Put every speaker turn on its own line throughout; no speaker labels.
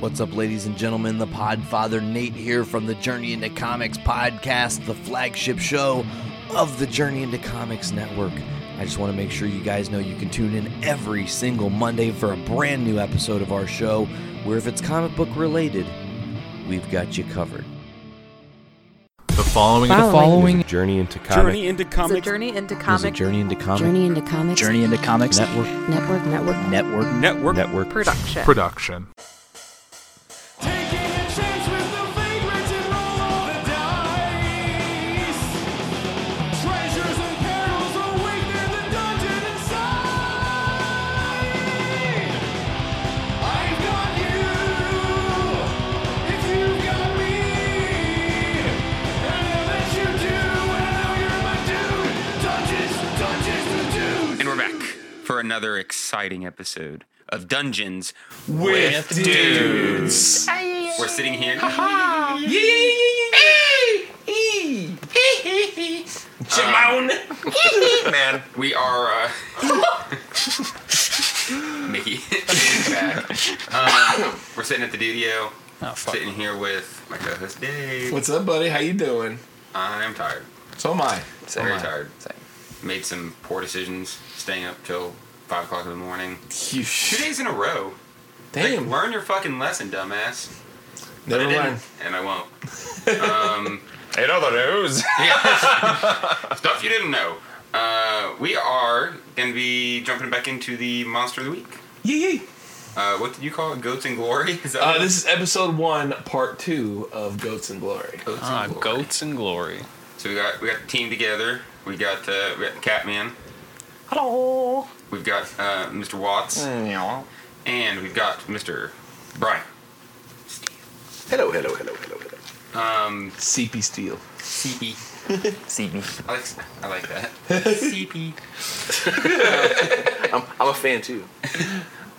What's up, ladies and gentlemen? The Podfather Nate here from the Journey into Comics podcast, the flagship show of the Journey into Comics Network. I just want to make sure you guys know you can tune in every single Monday for a brand new episode of our show, where if it's comic book related, we've got you covered.
The following,
The following
There's a journey into comic.
Journey into
It's a
comics
journey into
It's a
comic
Journey into Comics
Journey into Comics.
Journey into Comics
Network
Network. Network.
Network.
network.
network.
production.
production.
And we're back for another exciting episode of Dungeons with Dudes. We're sitting here. Jimone. Man, we are. Uh, Mickey, back. Um, we're sitting at the studio. sitting here with my co-host Dave.
What's up, buddy? How you doing?
I'm tired.
So am I. So am
Very
I.
tired. Made some poor decisions, staying up till five o'clock in the morning.
You
Two
sh-
days in a row.
Damn.
Like, learn your fucking lesson, dumbass. But I
Never
didn't,
mind.
And I won't. Um,
It all the news.
stuff you didn't know. Uh, we are going to be jumping back into the Monster of the Week.
Yee yee.
Uh, what did you call it? Goats and Glory? Is that
Uh,
what-
this is episode one, part two of Goats and Glory.
Goats and
Ah,
Glory.
goats and glory.
So we got we got the team together. We got uh, we got Catman.
Hello.
We've got uh, Mr. Watts, and we've got Mr. Brian.
Hello, hello, hello, hello, hello.
Um,
CP Steel.
CP.
See me.
I like, I like that. CP.
I'm, I'm a fan too.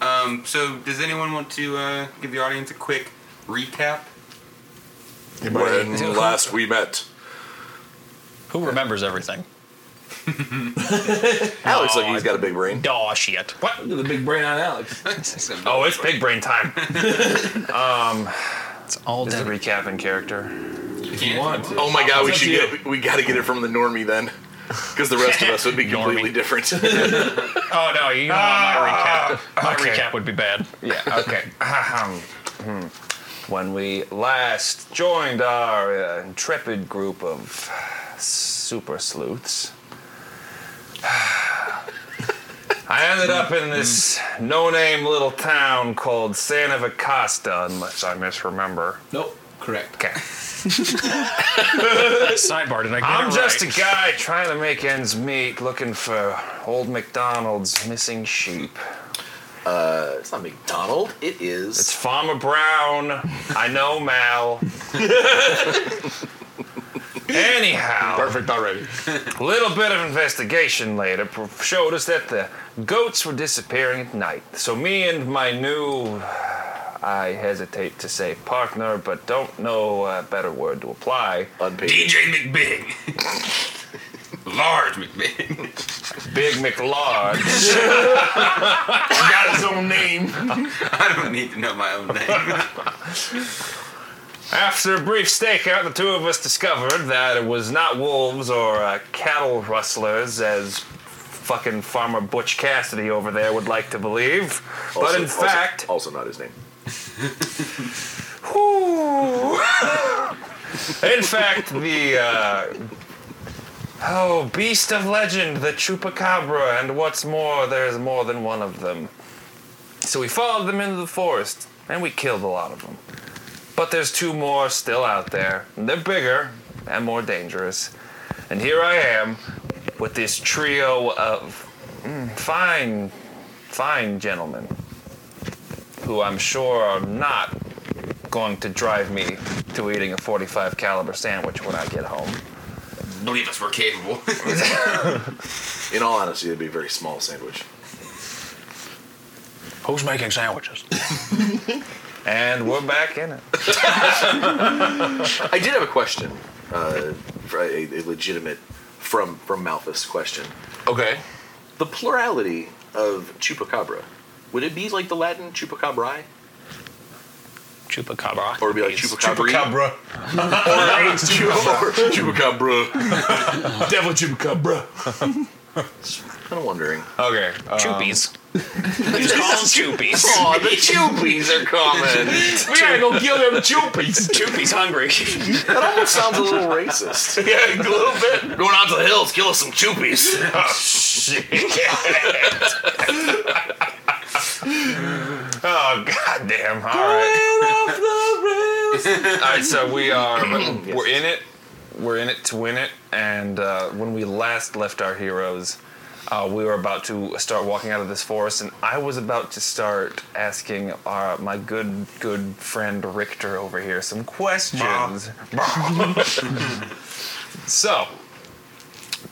Um, so, does anyone want to uh, give the audience a quick recap?
Everybody-
When last we met,
Who remembers everything?
Alex like he's got a big brain.
Daw shit. What?
Look at the big brain on Alex.
Oh, it's big brain time.
It's all
Just a
dead.
recap in character.
If you
want to.
Oh my god, we
It's up
should
to
get we got to get it from the normie then, because the rest of us would be completely different.
Oh no, you don't want my recap. My
okay.
recap would be bad. Yeah. Okay. Ahem. Hmm. when we last joined our uh, intrepid group of super sleuths. I ended up in this no-name little town called Santa Acosta, unless I misremember.
Nope. Correct.
Okay.
Sidebar, did I get
I'm
it
just
right?
a guy trying to make ends meet, looking for old McDonald's missing sheep.
Uh, it's not McDonald. It is.
It's Farmer Brown. I know Mal. Anyhow,
Perfect already.
a little bit of investigation later pro- showed us that the goats were disappearing at night. So me and my new, I hesitate to say partner, but don't know a better word to apply.
unpaid.
DJ McBig. Large McBig.
Big McLarge.
got his own name.
I don't need to know my own name.
After a brief stakeout, the two of us discovered that it was not wolves or uh, cattle rustlers, as fucking farmer Butch Cassidy over there would like to believe. but
Also-
in
also-
fact,
also not his name.
in fact, the uh, oh beast of legend, the chupacabra, and what's more, there's more than one of them. So we followed them into the forest, and we killed a lot of them. But there's two more still out there. and They're bigger and more dangerous. And here I am with this trio of mm, fine, fine gentlemen who I'm sure are not going to drive me to eating a 45 caliber sandwich when I get home.
Believe us, we're capable.
In all honesty, it'd be a very small sandwich.
Who's making sandwiches?
And we're back in it.
I did have a question, uh, for a, a legitimate from from Malthus question.
Okay.
The plurality of chupacabra. Would it be like the Latin chupacabrae?
Chupacabra.
Or be like
It's
chupacabra.
Chupacabra.
Chupacabra. Chupacabra.
Devil Chupacabra.
kind of wondering.
Okay. uh,
Chupies.
um,
You just call them Chupies.
Oh, the chupies are coming.
we gotta go kill them Chupies.
Chupies hungry.
That almost sounds a little racist.
yeah, a little bit.
We're going out to the hills, kill us some chupies.
Oh god damn! All right. All right, so we are we're in it. We're in it to win it. And uh, when we last left our heroes, uh, we were about to start walking out of this forest, and I was about to start asking our, my good good friend Richter over here some questions. so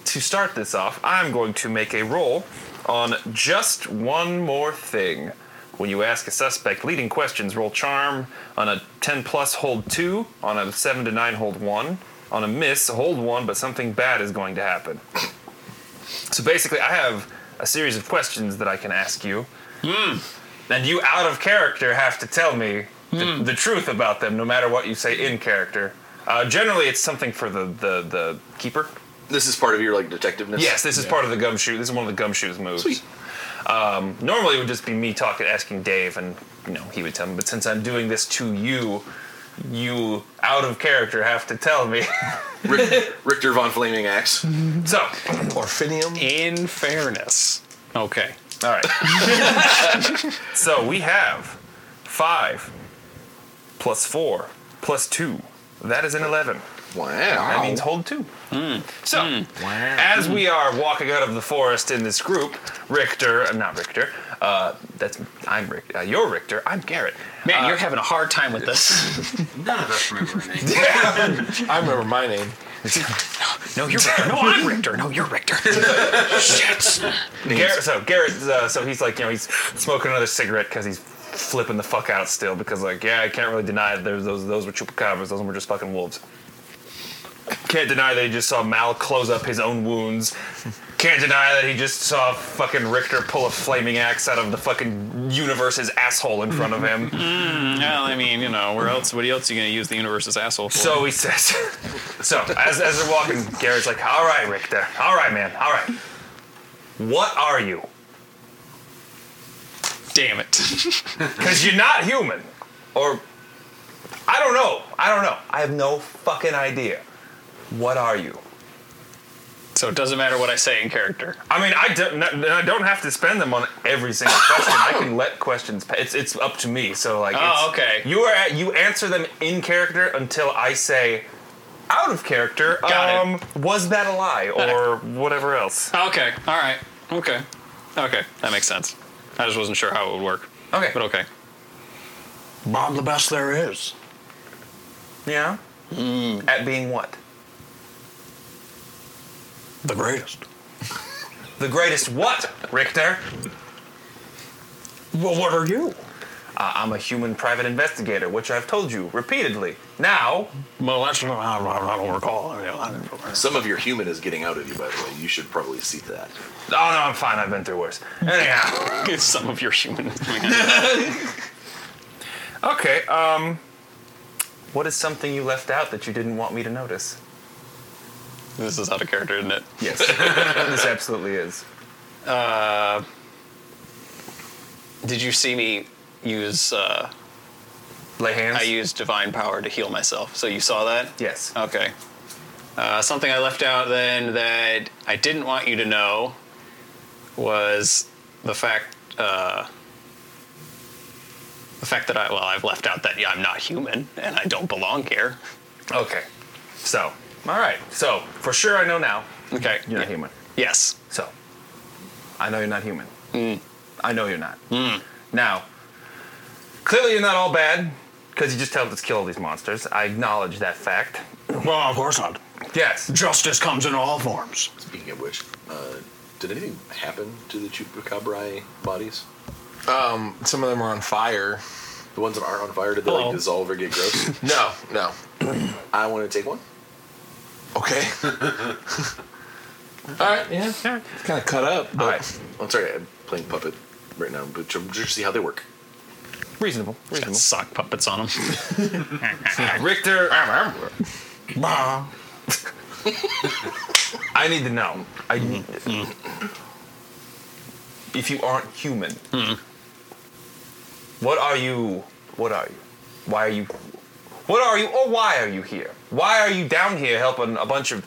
to start this off, I'm going to make a roll on just one more thing. When you ask a suspect leading questions, roll charm. On a 10 plus, hold 2. On a 7 to 9, hold 1. On a miss, hold 1, but something bad is going to happen. So basically, I have a series of questions that I can ask you. And you, out of character, have to tell me the, the truth about them, no matter what you say in character. Uh, generally, it's something for the, the, the keeper.
This is part of your like detectiveness.
Yes, this is part of the gumshoe. This is one of the gumshoes moves.
Sweet.
Um, normally, it would just be me talking, asking Dave, and you know he would tell me. But since I'm doing this to you, you out of character have to tell me.
Rick, Richter von Flaming Axe.
so,
Orphinium.
In fairness. Okay.
all right. so we have five plus four plus two. That is an eleven.
Wow.
That means hold two. So, as we are walking out of the forest in this group, Richter, uh, not Richter, uh, that's I'm Rick, uh, you're Richter, I'm Garrett.
Uh,
Man, you're having a hard time with this.
None of us remember anything.
I remember my name.
No, you're Richter. No, I'm Richter. No, you're Richter. Shit.
Garrett so Garrett, uh, so he's like, you know, he's smoking another cigarette because he's flipping the fuck out still because like, yeah, I can't really deny that there's those those were chupacabras, those were just fucking wolves. Can't deny that he just saw Mal close up his own wounds. Can't deny that he just saw fucking Richter pull a flaming axe out of the fucking universe's asshole in front of him.
Well, I mean, you know, where else? What else are you gonna use the universe's asshole for?
So he says. so as, as they're walking, Garrett's like, "All right, Richter. All right, man. All right. What are you?
damn it.
Because you're not human, or I don't know. I don't know. I have no fucking idea. What are you?
So it doesn't matter what I say in character.
I mean, I don't. n- I don't have to spend them on every single question. I can let questions. pa- It's it's up to me. So like, it's-
Oh, okay.
You are at, you answer them in character until I say. Out of character.
Got it.
um, Was that a lie or whatever else?
Okay. All right. Okay. Okay. That makes sense. I just wasn't sure how it would work.
Okay.
But okay.
I'm the best there is.
Yeah.
Hmm.
At being what?
The greatest.
The greatest what, Richter?
Well, what are you?
Uh, I'm a human private investigator, which I've told you repeatedly. Now, oh,
Well, that's not, I, I don't recall. I mean, I don't remember.
Some of your human is getting out of you, by the way. You should probably see that.
oh no, I'm fine. I've been through worse. Anyhow,
Some of your human.
okay. Um, what is something you left out that you didn't want me to notice?
this is out of character, isn't it?
Yes, this absolutely is.
Did you see me use? Uh,
Lay hands.
I used divine power to heal myself. So you saw that?
yes.
Oh.
Okay. Uh, something I left out then that I didn't want you to know was the fact uh, the fact that I well I've left out that yeah, I'm not human and I don't belong here.
Okay. So, all right. So for sure, I know now
Okay.
you're
Yeah.
not human.
Yes.
So, I know you're not human. I know you're not. Now, clearly you're not all bad because you just helped us kill all these monsters. I acknowledge that fact.
Well, of course not.
Yes.
Justice comes in all forms.
Speaking of which, uh, did anything happen to the chupacabra bodies?
Um, some of them are on fire.
The ones that aren't on fire, did they like dissolve or get gross?
No, no.
I want to take one.
Okay. All right. Yeah. Kind of cut up. But
All right.
I'm sorry, I'm playing puppet right now, but to just see how they work.
Reasonable.
Got
Reasonable.
sock puppets on them.
Richter. I need to know. I, if you aren't human, what are you? What are you? Why are you? What are you? Or why are you here? Why are you down here helping a bunch of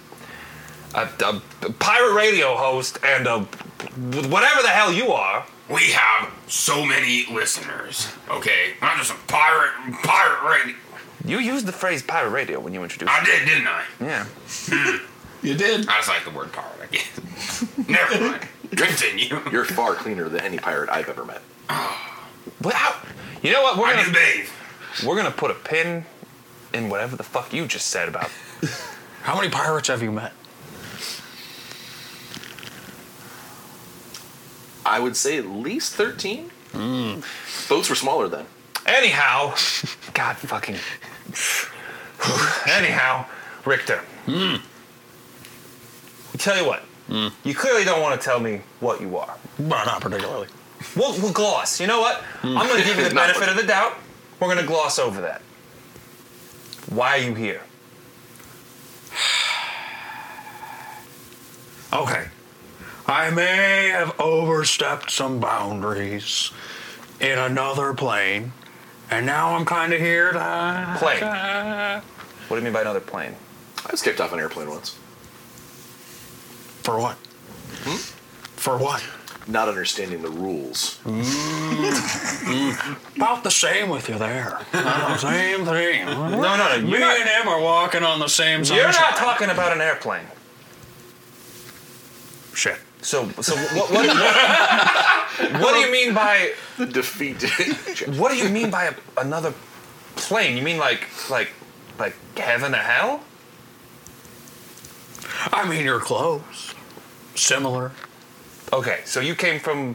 a, a, a pirate radio host and a whatever the hell you are?
We have so many listeners. Okay, I'm just a pirate, pirate radio.
You used the phrase pirate radio when you introduced.
I did, didn't I?
it. Yeah.
You did.
I just like the word pirate. I guess. Never mind. Continue.
You're far cleaner than any pirate I've ever met.
But how? You know what? We're
I
gonna
do bathe.
We're gonna put a pin in whatever the fuck you just said about.
How many pirates have you met?
I would say at least 13. Boats were smaller then.
Anyhow, God fucking. Anyhow, Richter. Tell you what. You clearly don't want to tell me what you are.
Well, not particularly.
We'll, we'll gloss. You know what? I'm gonna give you the
Not
benefit of the doubt. We're gonna gloss over that. Why are you here?
Okay.
I may have oh, overstepped some boundaries in another plane, and now I'm kind of here to.
Plane. What do you mean by another plane?
I was kicked off an airplane once.
For what? For what?
Hmm? Not understanding the rules.
About the same with you there. Uh, same thing.
No, no, no.
Me
You're not,
and him are walking on the same side.
you're not talking about an airplane.
Shit.
So, so what, what, what, what do you mean by
Defeat.
what do you mean by a, another plane? You mean like like like heaven or hell?
I mean, you're close. Similar.
Okay, so you came from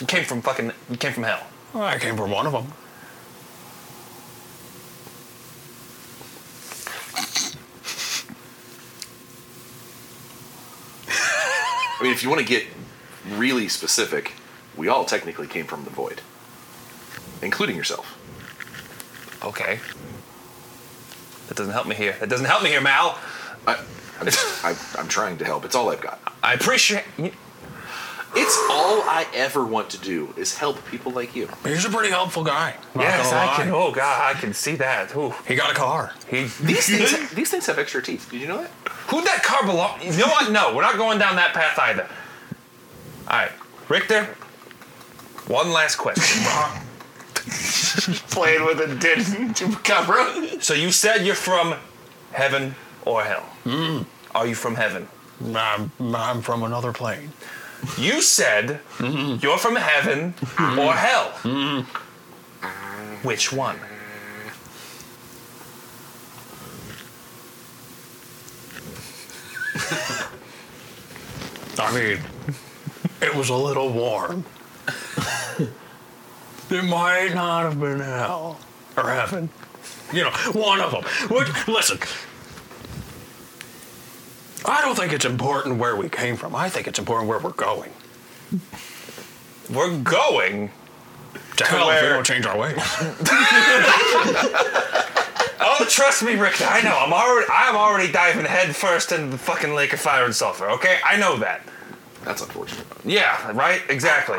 you came from fucking you came from hell.
Well, I came from one of them.
I mean, if you want to get really specific, we all technically came from the void, including yourself.
Okay. That doesn't help me here. That doesn't help me here, Mal.
I, I'm, I'm, I'm trying to help. It's all I've got.
I appreciate.
It's all I ever want to do is help people like you.
He's a pretty helpful guy. not
Yes,
gonna
I can.
lie.
Oh God, I can see that. Ooh,
He got a car.
he.
These things, these things have extra teeth. Did you know that?
Who'd that car belong? You know what? No, we're not going down that path either. All right, Richter. One last question.
Uh-huh. Playing with a dead chupacabra.
so you said you're from heaven or hell. Are you from heaven?
I'm, I'm from another plane.
You said you're from heaven or hell. Which one?
I mean, it was a little warm. it might not have been hell or heaven. You know, one of them. What, listen, I don't think it's important where we came from. I think it's important where we're going.
We're going.
To hell if we
where-
don't change our ways.
Oh, trust me, Richter. I know. I'm already. I'm already diving headfirst into the fucking lake of fire and sulfur. Okay, I know that.
That's unfortunate.
Yeah. Right. Exactly.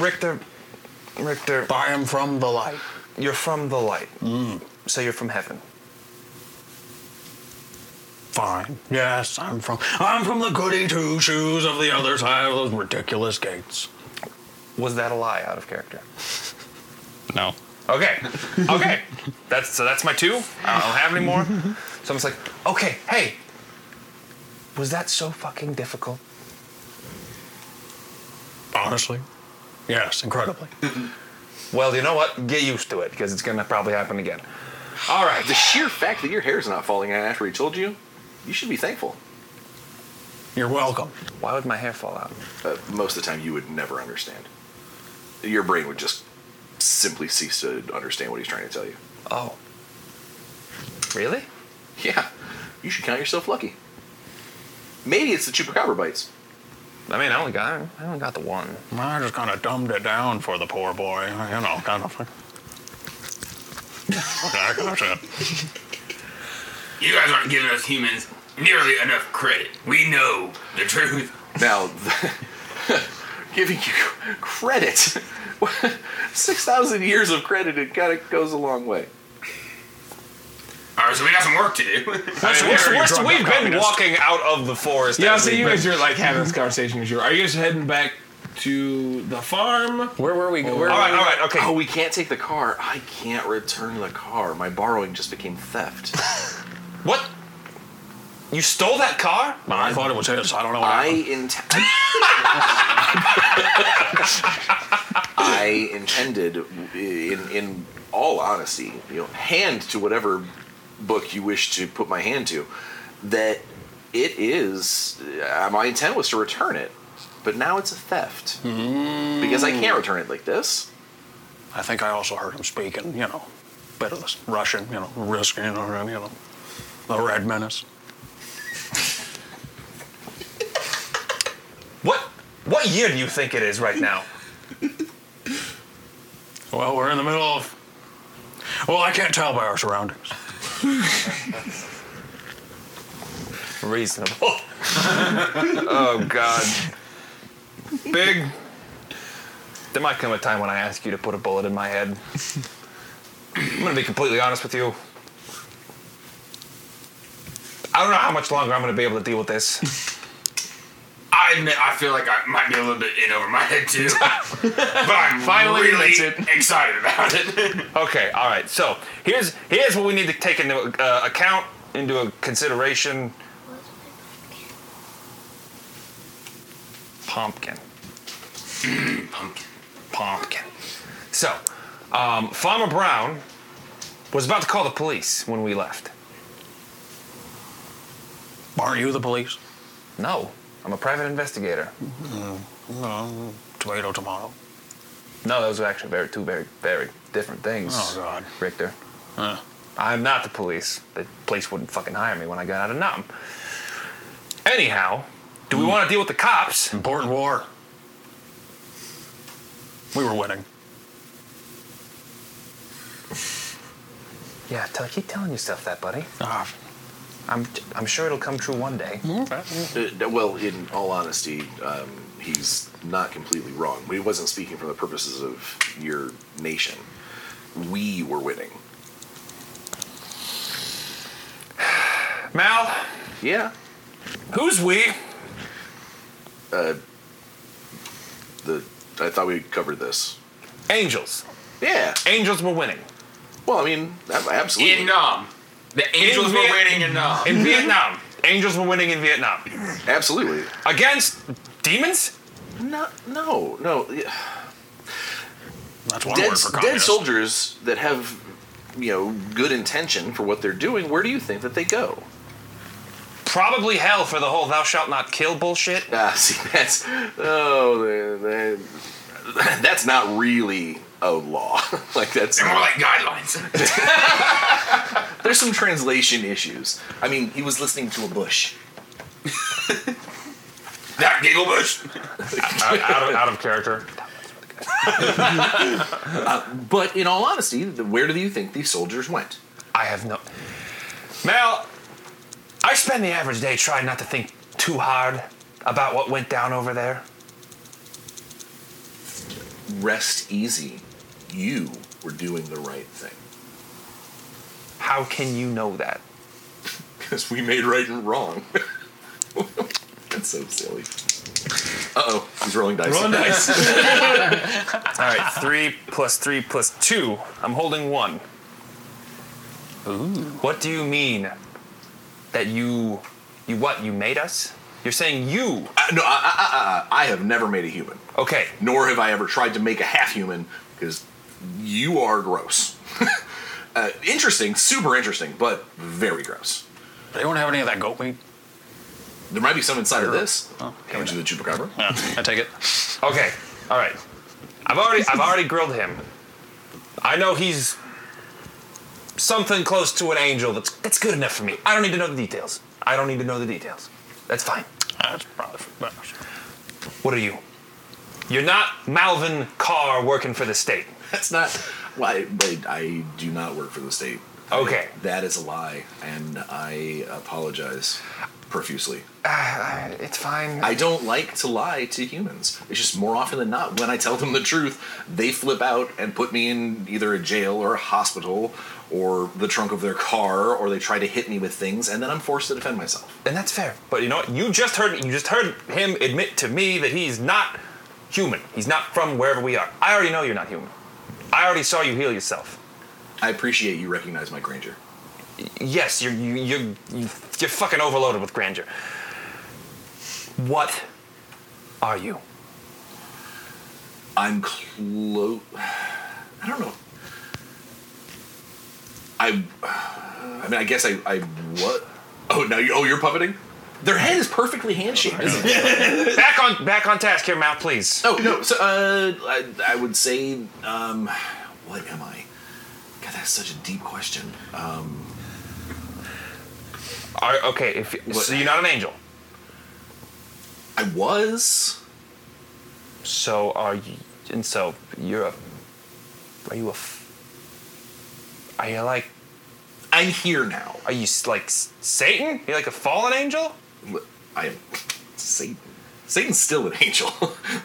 Richter, Richter,
I am from the light. Mm.
you're from the light. So you're from heaven.
Fine. Yes, I'm from. I'm from the goody two shoes of the other side of those ridiculous gates.
Was that a lie out of character?
No.
Okay. Okay. that's so that's my two. I don't have any more. So I'm just like, okay, hey. Was that so fucking difficult?
Honestly, yes, incredibly.
Well, you know what? Get used to it because it's gonna probably happen again. All right.
The sheer fact that your hair is not falling out after he told you, you should be thankful.
You're welcome.
Why would my hair fall out?
Uh, most of the time, you would never understand. Your brain would just simply cease to understand what he's trying to tell you.
Oh. Really?
Yeah, you should count yourself lucky. Maybe it's the chupacabra bites.
I mean, I only got I only got the one.
I just kind of dumbed it down for the poor boy. You know, kind of. okay, I gotcha.
You guys aren't giving us humans nearly enough credit. We know the truth.
Now, the, giving you credit, six thousand years of credit, it kind of goes a long way.
All right, so we got some work to do.
What's,
I
what's,
mean,
what's,
drunk
we've been
communist.
walking out of the forest.
Yeah,
as
so
we've
you
been-
guys are like having this conversation as you Are you guys heading back to the farm?
Where were we? Where
All right, all right, okay.
Oh, we can't take the car. I can't return the car. My borrowing just became theft.
What? You stole that car?
I thought it was his. I don't know. What
I
happened.
int- I intended, in in all honesty, you know, hand to whatever book you wish to put my hand to, that it is. Uh, my intent was to return it, but now it's a theft because I can't return it like this.
I think I also heard him speaking. You know, bit of this Russian. You know, risking. You know, you know, the Red Menace.
What? What year do you think it is right now?
Well, we're in the middle of. Well, I can't tell by our surroundings.
Reasonable. oh God. Big. There might come a time when I ask you to put a bullet in my head. I'm gonna be completely honest with you. I don't know how much longer I'm gonna be able to deal with this.
I admit, I feel like I might be a little bit in over my head too, but I'm
Finally
really
admits it.
excited about it.
Okay, all right. So here's here's what we need to take into uh, account, into a consideration. Pumpkin.
Pumpkin.
pumpkin. So, um, Farmer Brown was about to call the police when we left.
Aren't you the police?
No, I'm a private investigator.
No. Uh, Tomato, tomato.
No, those are actually very two very very different things.
Oh, God.
Richter.
Huh.
I'm not the police. The police wouldn't fucking hire me when I got out of Nam. Anyhow, do we want to deal with the cops?
Hmm. Important war. We were winning.
Yeah, tell, keep telling yourself that, buddy.
Ah,
I'm I'm sure it'll come true one day.
Hmm.
Uh, no, well, in all honesty, um, he's not completely wrong. He wasn't speaking for the purposes of your nation. We were winning.
Mal,
Yeah.
who's we?
The I thought we covered this.
Angels.
Yeah.
Angels were winning.
Well, I mean, ab- absolutely.
In Nam, the angels were
Viet-
waiting in Nam.
Hmm.
In Vietnam. Angels were winning in Vietnam.
Absolutely.
Against demons?
No, no, no.
that's one
Dead,
word for
dead
communist.
soldiers that have, you know, good intention for what they're doing. Where do you think that they go?
Probably hell for the whole thou shalt not kill bullshit.
Ah, see, that's oh, they, they, that's not really a law. like that's
They're more like guidelines.
there's some translation issues. I mean, he was listening to a bush.
that giggle bush.
out, of, out of character.
But in all honesty, the, where do you think these soldiers went?
I have no. Mal, I spend the average day trying not to think too hard about what went down over there.
Rest easy. You were doing the right thing
How can you know that?
because we made right and wrong. that's so silly. Uh oh, he's rolling dice. Rolling dice.
All right, three plus three plus two. I'm holding one. Ooh. What do you mean that you, you what? You made us? You're saying you?
no, I, I, I, I have never made a human.
Okay,
nor have I ever tried to make a half human because you are gross. uh, interesting, super interesting, but very gross.
They don't have any of that goat meat.
There might be some inside of this.
Oh,
Coming to the chupacabra.
Oh, Yeah, I take it.
Okay. All right. I've already I've already grilled him. I know he's something close to an angel. That's that's good enough for me. I don't need to know the details. I don't need to know the details. That's fine.
That's probably for the best.
What are you? You're not Malvin Carr working for the state.
That's not. Why? but I do not work for the state.
Okay.
That is a lie, and I apologize profusely.
Ah, it's fine.
I don't like to lie to humans. It's just more often than not, when I tell them the truth, they flip out and put me in either a jail or a hospital or the trunk of their car, or they try to hit me with things, and then I'm forced to defend myself.
and that's fair. But you know what? You just heard you just heard him admit to me that he's not human. He's not from wherever we are. I already know you're not human. I already saw you heal yourself.
I appreciate you recognize my grandeur.
Yes, you're you, you're you- you're fucking overloaded with grandeur. What are you?
I'm close. I don't know. I. I mean, I guess I. I what? Oh, now you. Oh, you're puppeting. Their head is perfectly handshaped. Isn't it?
back on back on task here, Mal, please.
Oh no. So uh, I, I would say, um, what am I? God, that's such a deep question. Um,
Are, okay, if so you're not an angel.
I was.
So are you? And so you're a. Are you a? f- Are you like?
I'm here now.
Are you s- like s- Satan? You're like a fallen angel?
I am Satan. Satan's still an angel.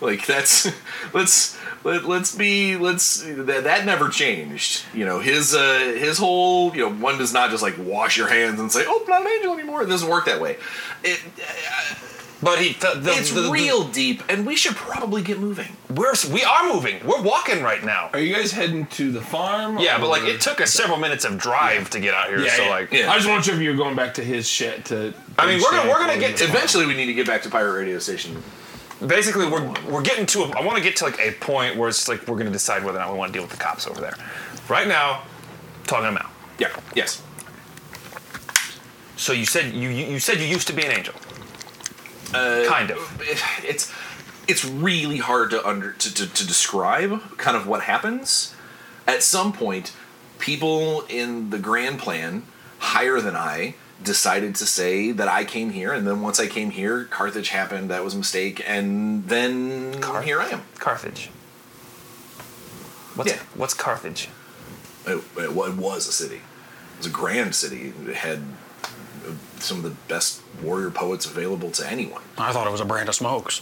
like that's let's let, let's be let's that, that never changed. You know his uh his whole you know one does not just like wash your hands and say oh I'm not an angel anymore. It doesn't work that way. It,
But he. The, the,
it's
the- the-
real deep, and we should probably get moving.
we're s- we are moving. We're walking right now.
Are you guys heading to the farm?
Yeah, but like
or-
it took us several minutes of drive to get out here.
Yeah,
so
yeah.
like,
yeah.
I just want you if you're going back to his shit to.
I mean, we're gonna- we're gonna get to-
Eventually, we need to get back to pirate radio station.
basically we're we're getting to. A, I want to get to like a point where it's like we're gonna decide whether or not we want to deal with the cops over there. Right now, talking them out.
Yeah. Yes.
So you said you you, you said you used to be an angel. kind of.
it- it's it's really hard to under to, to, to describe kind of what happens at some point people in the grand plan higher than i decided to say that i came here and then once i came here carthage happened that was a mistake and then
Carth-
here i am
Carthage. What's
Yeah.
what's Carthage?
it, it wa- it was a city it was a grand city it had uh, some of the best warrior poets available to anyone
I thought it was a brand of smokes.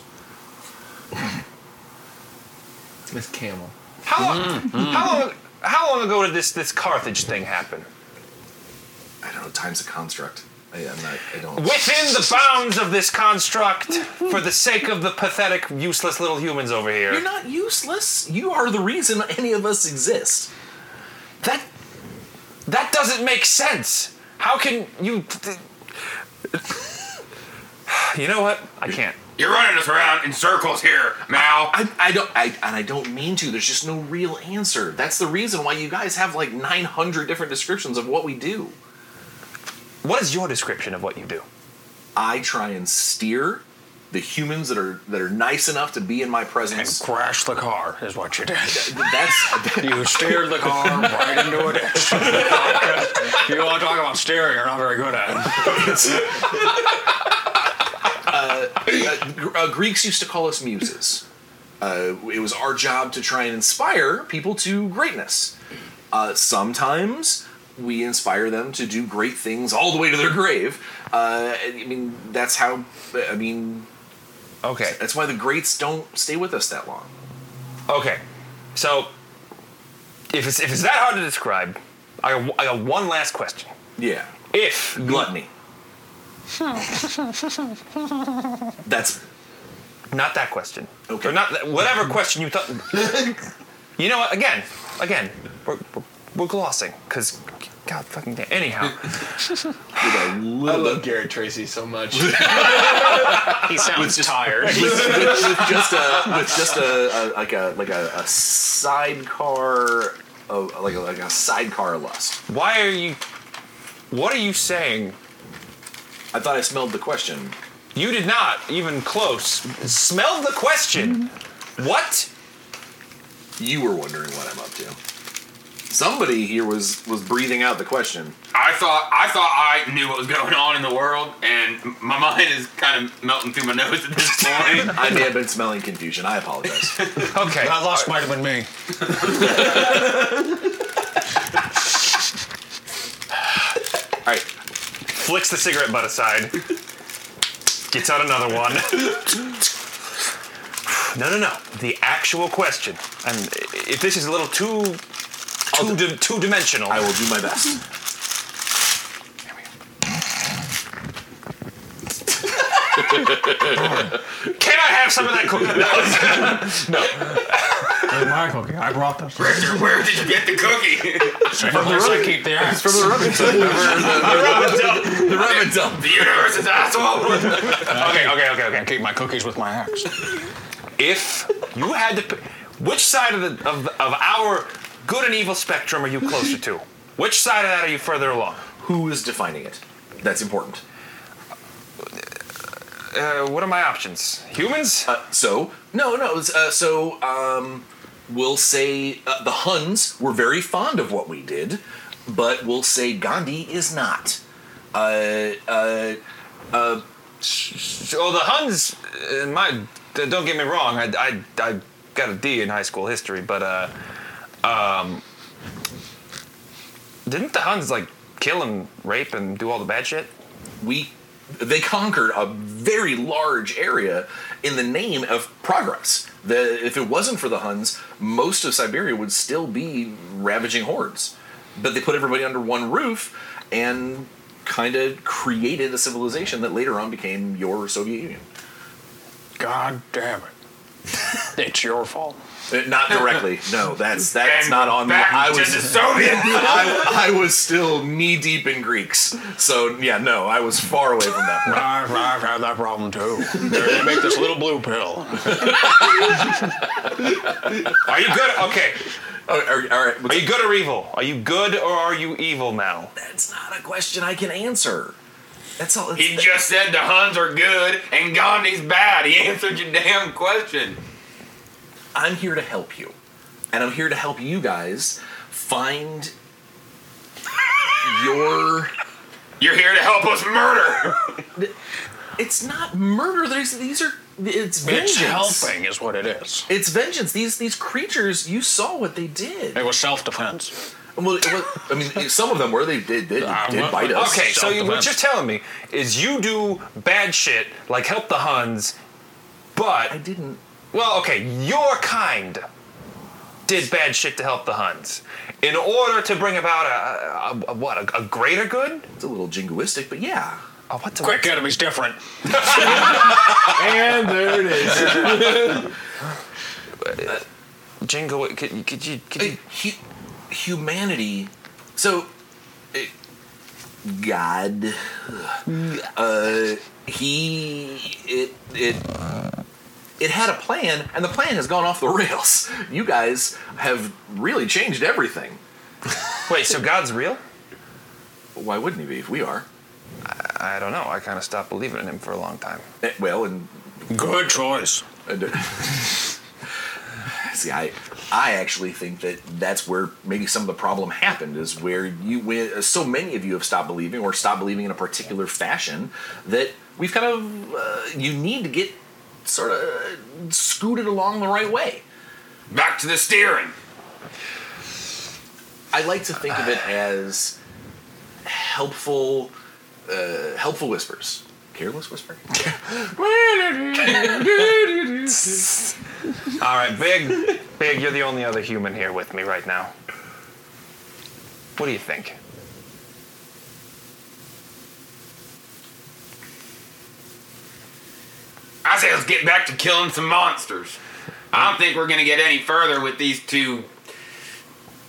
Miss Camel.
How long? How long? How long ago did this this Carthage thing happen?
i don't know time's a construct I, i'm not i don't
Within the bounds of this construct, for the sake of the pathetic, useless little humans over here.
You're not useless. You are the reason any of us exist.
that that doesn't make sense. How can you? you know what? I can't.
You're running us around in circles here, Mal.
I, I don't I, and I don't mean to. There's just no real answer. That's the reason why you guys have like 900 different descriptions of what we do.
What is your description of what you do?
I try and steer the humans that are that are nice enough to be in my presence.
Crash the car is what you did.
That's
You steered the car right into a ditch. you want to talk about steering? You're not very good at.
uh, Gr- uh, Greeks used to call us muses. Uh, it was our job to try and inspire people to greatness. Uh, sometimes we inspire them to do great things all the way to their grave. Uh, and, I mean, that's how. I mean,
Okay.
that's why the greats don't stay with us that long.
Okay. So, if it's if it's that hard to describe, I got, I got one last question.
Yeah,
If
gluttony. that's
Not that question.
Okay.
Or not that, whatever question you thought. you know what? Again, again, we're, we're, we're glossing because God fucking damn. Anyhow,
with a
I
little
love Garrett Tracy so much.
He sounds tired.
with, with, with just a with just a, a like a like a, a sidecar of like a, like a sidecar lust.
why are you? What are you saying?
I thought I smelled the question.
You did not even close. Smell the question. What?
You were wondering what I'm up to. Somebody here was was breathing out the question.
I thought I thought I knew what was going on in the world, and my mind is kind of melting through my nose at this point.
I may have been smelling confusion. I apologize.
Okay.
I lost might have been me.
All right.
Flicks the cigarette butt aside. Gets out another one. No, no, no. The actual question. And if this is a little too two di- two dimensional,
I will do my best.
can I have some of that cookie? No.
Hey, Michael, I brought this.
Richter, where did you get the cookie?
I keep the axe.
From the rubbish.
the rabbit dump. The universe is asshole.
Okay, okay, okay, okay.
I keep my cookies with my axe.
If you had to, pick, which side of the of, of our good and evil spectrum are you closer to? Which side of that are you further along?
Who is defining it? That's important.
Uh, what are my options? Humans?
Uh, so no, no. it's, Uh, so um, we'll say uh, the Huns were very fond of what we did, but we'll say Gandhi is not. Uh, uh,
Oh, the Huns. Uh, my, d- don't get me wrong. I, I, I got a D in high school history, but uh, um, didn't the Huns like kill and rape and do all the bad shit?
we they conquered a very large area in the name of progress. The, if it wasn't for the Huns, most of Siberia would still be ravaging hordes. But they put everybody under one roof and kind of created a civilization that later on became your Soviet Union.
God damn it. It's your fault.
Uh, Not directly. No, that's that's not on me.
Back
I
to the
was
Soviet.
I, I was still knee deep in Greeks. So yeah, no, I was far away from that.
I've, I've had that problem too. They're gonna make this little blue pill.
Are you good? Okay.
All right, all right,
Are you good or evil? Are you good or are you evil now?
that's not a question I can answer. That's all.
He just said the Huns are good and Gandhi's bad. He answered your damn question.
I'm here to help you. And I'm here to help you guys find your.
You're here to help us murder.
It's not murder. There's, these are. It's vengeance.
It's helping, is what it is.
It's vengeance. These these creatures. You saw what they did.
It was self-defense.
Well, it was, I mean, some of them were. They did did,
Ah,
did
well,
bite us.
Okay, so you, what
Self-defense.
you're telling me is you do bad shit, like help the Huns, but
I didn't.
Well, okay, your kind did bad shit to help the Huns in order to bring about a, a, a what a, a greater good.
It's a little jingoistic, but yeah.
Oh, what the
Quick enemy's different.
And there it is.
jingo? Could, could you? Could you
Hu- humanity. So, uh, God, uh, he it it it had a plan, and the plan has gone off the rails. You guys have really changed everything.
wait, so God's real?
Why wouldn't he be if we are?
I don't know. I kind of stopped believing in him for a long time.
Eh, Well, and
Good choice.
And, uh, See, I, I actually think that that's where maybe some of the problem happened is where you went. uh, So many of you have stopped believing, or stopped believing in a particular fashion that we've kind of. Uh, you need to get sort of scooted along the right way.
Back to the steering.
I like to think of it as helpful, uh, helpful whispers. Careless whisper.
All right, big, big. You're the only other human here with me right now. What do you think?
I say let's get back to killing some monsters. I don't think we're gonna get any further with these two.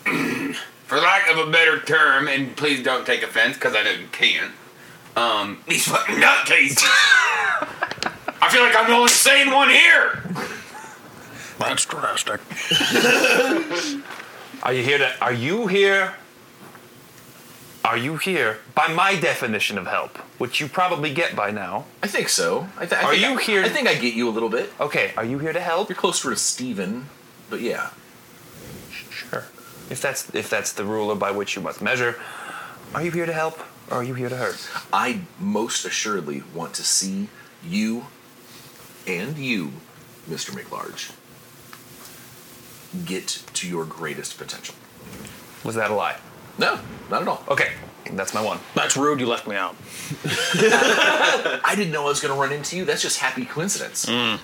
For lack of a better term, and please don't take offense because I know you can. Um, these fucking nutcases. I feel like I'm the only sane one here.
That's drastic.
Are you here to? Are you here? Are you here by my definition of help, which you probably get by now?
I think so. I th- I
Are
think
you
I-
here-
I think I get you a little bit.
Okay, are you here to help?
You're closer to Steven, but yeah.
Sure. if that's if that's the ruler by which you must measure. Are you here to help, or are you here to hurt?
I most assuredly want to see you and you, Mr. McLarge, get to your greatest potential.
Was that a lie?
No, not at all.
Okay, that's my one.
That's rude. You left me out.
I didn't know I was going to run into you. That's just happy coincidence.
Mm.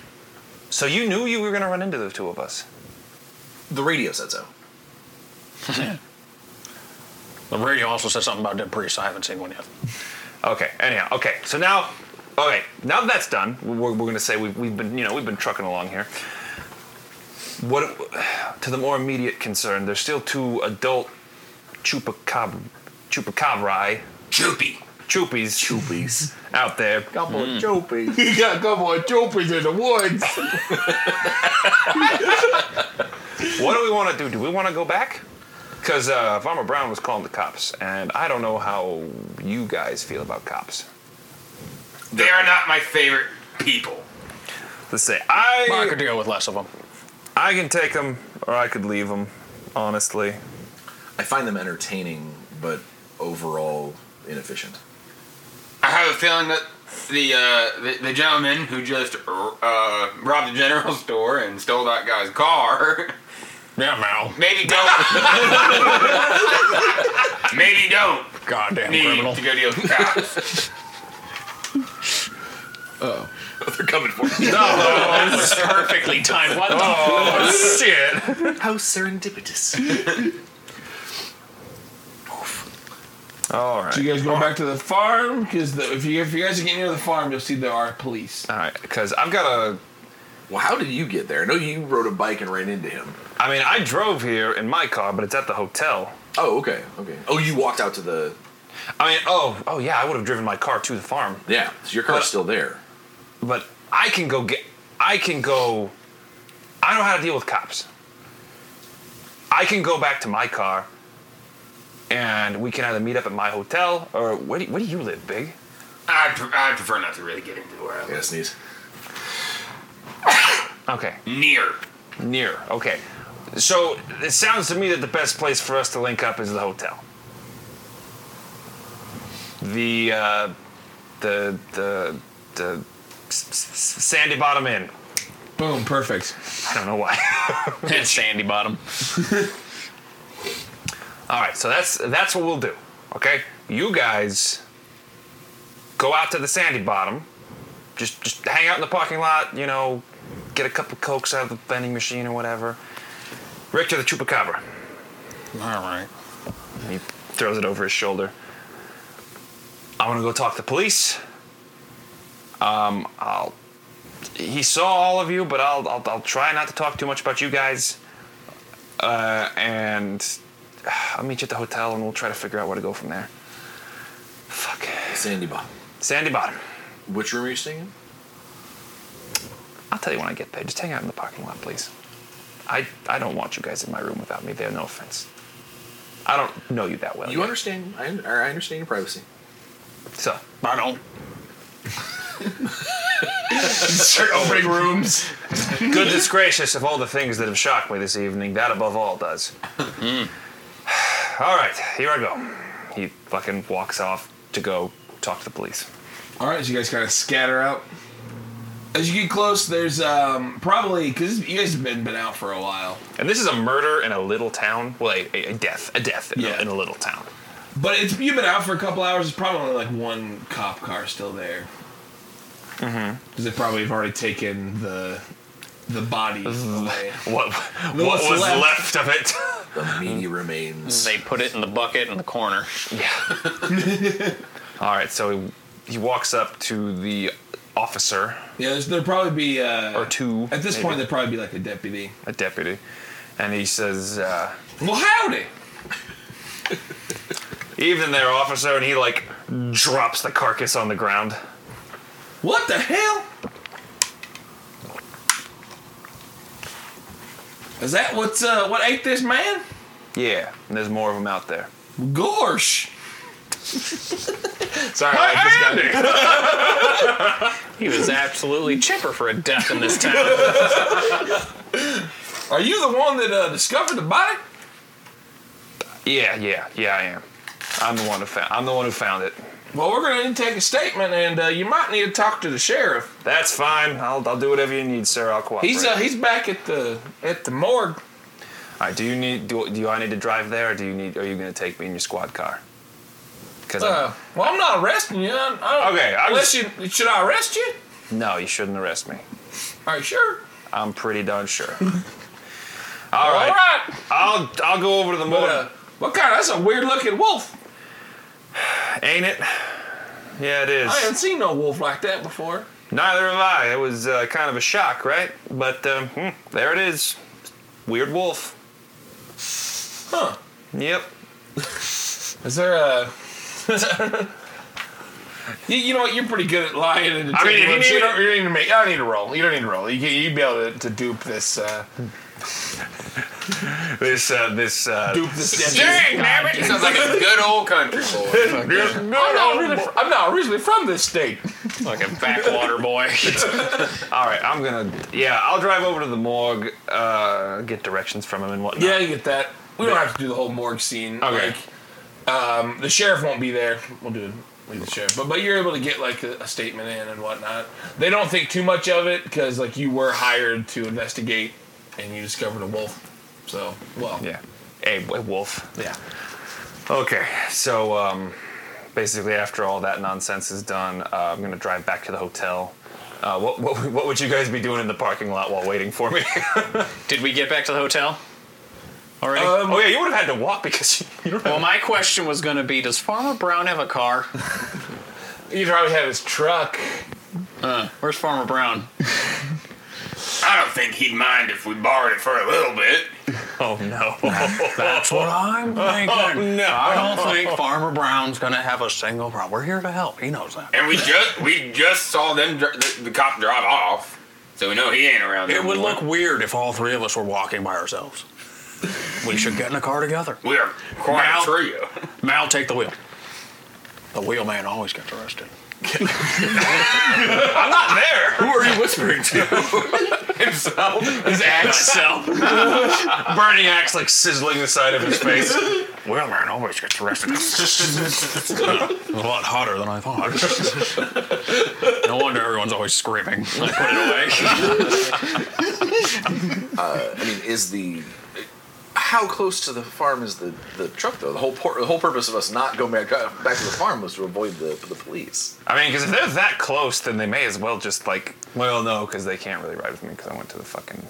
So you knew you were going to run into the two of us.
The radio said so.
The radio also said something about dead priests. I haven't seen one yet.
Okay. Anyhow. Okay. So now, okay. Now that that's done, we're, we're gonna say we've, we've been, you know, we've been trucking along here. What to the more immediate concern? There's still two adult chupacabra, chupacabrae,
Joopy.
chupies,
Choopies.
out there.
Couple of choopies.
Mm. You got a couple of chopies in the woods.
What do we want to do? Do we want to go back? Because uh, Farmer Brown was calling the cops, and I don't know how you guys feel about cops.
They are not my favorite people.
Let's say I.
I could deal with less of them.
I can take them, or I could leave them. Honestly,
I find them entertaining, but overall inefficient.
I have a feeling that the uh, the, the gentleman who just uh, robbed the general store and stole that guy's car
Yeah, Mal.
maybe don't maybe don't
Goddamn
need
criminal.
to go deal with cops.
They're coming for you.
Oh, this is perfectly timed. What the shit?
How serendipitous.
all right.
So you guys going back to the farm? Because if you if you guys are getting near the farm, you'll see there are police.
All right, because I've got a.
Well, how did you get there? I know you rode a bike and ran into him.
I mean, I drove here in my car, but it's at the hotel.
Oh, okay, okay. Oh, you walked out to the
I mean, oh, oh yeah, I would have driven my car to the farm,
yeah. So your
Uh,
car's still there.
but I can go get. I can go. I know how to deal with cops. I can go back to my car, and we can either meet up at my hotel or where do, where do you live, Big?
I pre- I prefer not to really get into where I
I gotta
live.
sneeze.
Okay.
Near.
Near. Okay. So it sounds to me that the best place for us to link up is the hotel. The uh, the the the s- s- s- Sandy Bottom Inn.
Boom, perfect.
I don't know why.
And Sandy Bottom.
All right. So that's that's what we'll do. Okay. You guys go out to the Sandy Bottom. Just just hang out in the parking lot. You know, get a couple cokes out of the vending machine or whatever. Richter the Chupacabra.
All right.
He throws it over his shoulder. I want to go talk to the police. Um, I'll. He saw all of you, but I'll I'll, I'll try not to talk too much about you guys. Uh, and I'll meet you at the hotel, and we'll try to figure out where to go from there. Fuck,
Sandy Bob.
Sandy Bottom.
Which room are you staying in?
I'll tell you when I get there. Just hang out in the parking lot, please. I I don't want you guys in my room without me there. No offense. I don't know you
Oh,
that well.
You
yet.
understand? I, or I understand your privacy.
So
I don't.
Start opening rooms.
Goodness gracious, of all the things that have shocked me this evening, that above all does. All right, here I go. He fucking walks off to go talk to the police.
All right, so you guys kind of scatter out. As you get close, there's um, probably because you guys have been been out for a while,
And this is a murder in a little town. Well, a, a, a death, a death in,
Yeah.
a, in a little town.
but it's you've been out for a couple hours. It's probably only like one cop car still there. Mm-hmm.
Mm-hmm.
Because they probably have already taken the the bodies away.
What, what
What's
was
left?
left. of it?
The meaty remains.
They put it in the bucket in the corner.
All right, so he, he walks up to the officer
Yeah, there's, there'd probably be uh,
or two.
At this
maybe,
point, there'd probably be like a deputy.
a deputy, and he says, uh,
Well, howdy.
"Evening there, officer," and he like drops the carcass on the ground.
What the hell? Is that what's uh, what ate this man?
Yeah, and there's more of them out there.
Gorsh.
Sorry, I like this guy.
He was absolutely chipper for a death in this town.
Are you the one that uh, discovered the body?
Yeah, yeah, yeah. I am. I'm the one who found. I'm the one who found it.
Well, we're going to take a statement, and uh, you might need to talk to the sheriff.
That's fine. I'll, I'll do whatever you need, sir. I'll cooperate.
He's uh, he's back at the at the morgue.
All right. Do you need? Do, do I need to drive there, or do you need? Are you going to take me in your squad car? Because
Uh, well, I'm not arresting you. I, I don't,
Okay, I'm
unless you should I arrest you?
no, you shouldn't arrest me.
Are you sure?
I'm pretty darn sure.
All
right.
right.
I'll I'll go over to the
But,
morgue.
uh, what kind? That's a weird looking wolf.
Ain't it? Yeah, it is.
I haven't seen no wolf like that before.
Neither have I. It was uh, kind of a shock, right? But um, hmm, there it is. Weird wolf.
Huh.
Yep.
Is there a? you, you know what? You're pretty good at lying and
I mean, if you
detecting.
need-
don't, you don't need to make. I don't need to roll. You don't need to roll. You can, you'd be able to, to dupe this. Uh,
This uh, this uh,
dupe this.
Dang, damn it! Sounds like a good old country boy.
I'm not really. fr- I'm not originally from this state.
Fucking backwater boy.
All right, I'm gonna. Yeah, I'll drive over to the morgue, uh, get directions from him and whatnot.
Yeah, you get that. We don't have to do the whole morgue scene.
Okay.
Like, um, the sheriff won't be there. We'll do it. Leave the sheriff, but but you're able to get like a, a statement in and whatnot. They don't think too much of it because like you were hired to investigate, and you discovered a wolf. So well,
Yeah. A, a wolf.
yeah.
Okay, so um, basically, after all that nonsense is done, uh, I'm gonna drive back to the hotel. Uh, what, what what would you guys be doing in the parking lot while waiting for me?
Did we get back to the hotel already?
Um,
oh yeah, you would have had to walk because you, you don't have
well, my question was going to be: Does Farmer Brown have a car?
He probably had his truck.
Uh, where's Farmer Brown?
I don't think he'd mind if we borrowed it for a little bit.
Oh no.
That's what I'm thinking.
no.
I don't think Farmer Brown's gonna have a single problem. We're here to help. He knows that.
And we just we just saw them dr- the, the cop drive off, so we know he ain't around.
It
no
would
more.
look weird if all three of us were walking by ourselves. We should get in a car together.
we are quite
Now-
a trio.
Mal, take the wheel. The wheelman always gets arrested.
I'm not there.
Who are you whispering to?
His axe self. Burning axe like sizzling the side of his face.
wheelman always gets arrested. a lot hotter than I thought. no wonder everyone's always screaming. I put it away.
I mean, is the how close to the farm is the, the truck though? The whole por- the whole purpose of us not going back back to the farm was to avoid the the police.
I mean, because if they're that close, then they may as well just like. Well, no, because they can't really ride with me because I went to the fucking.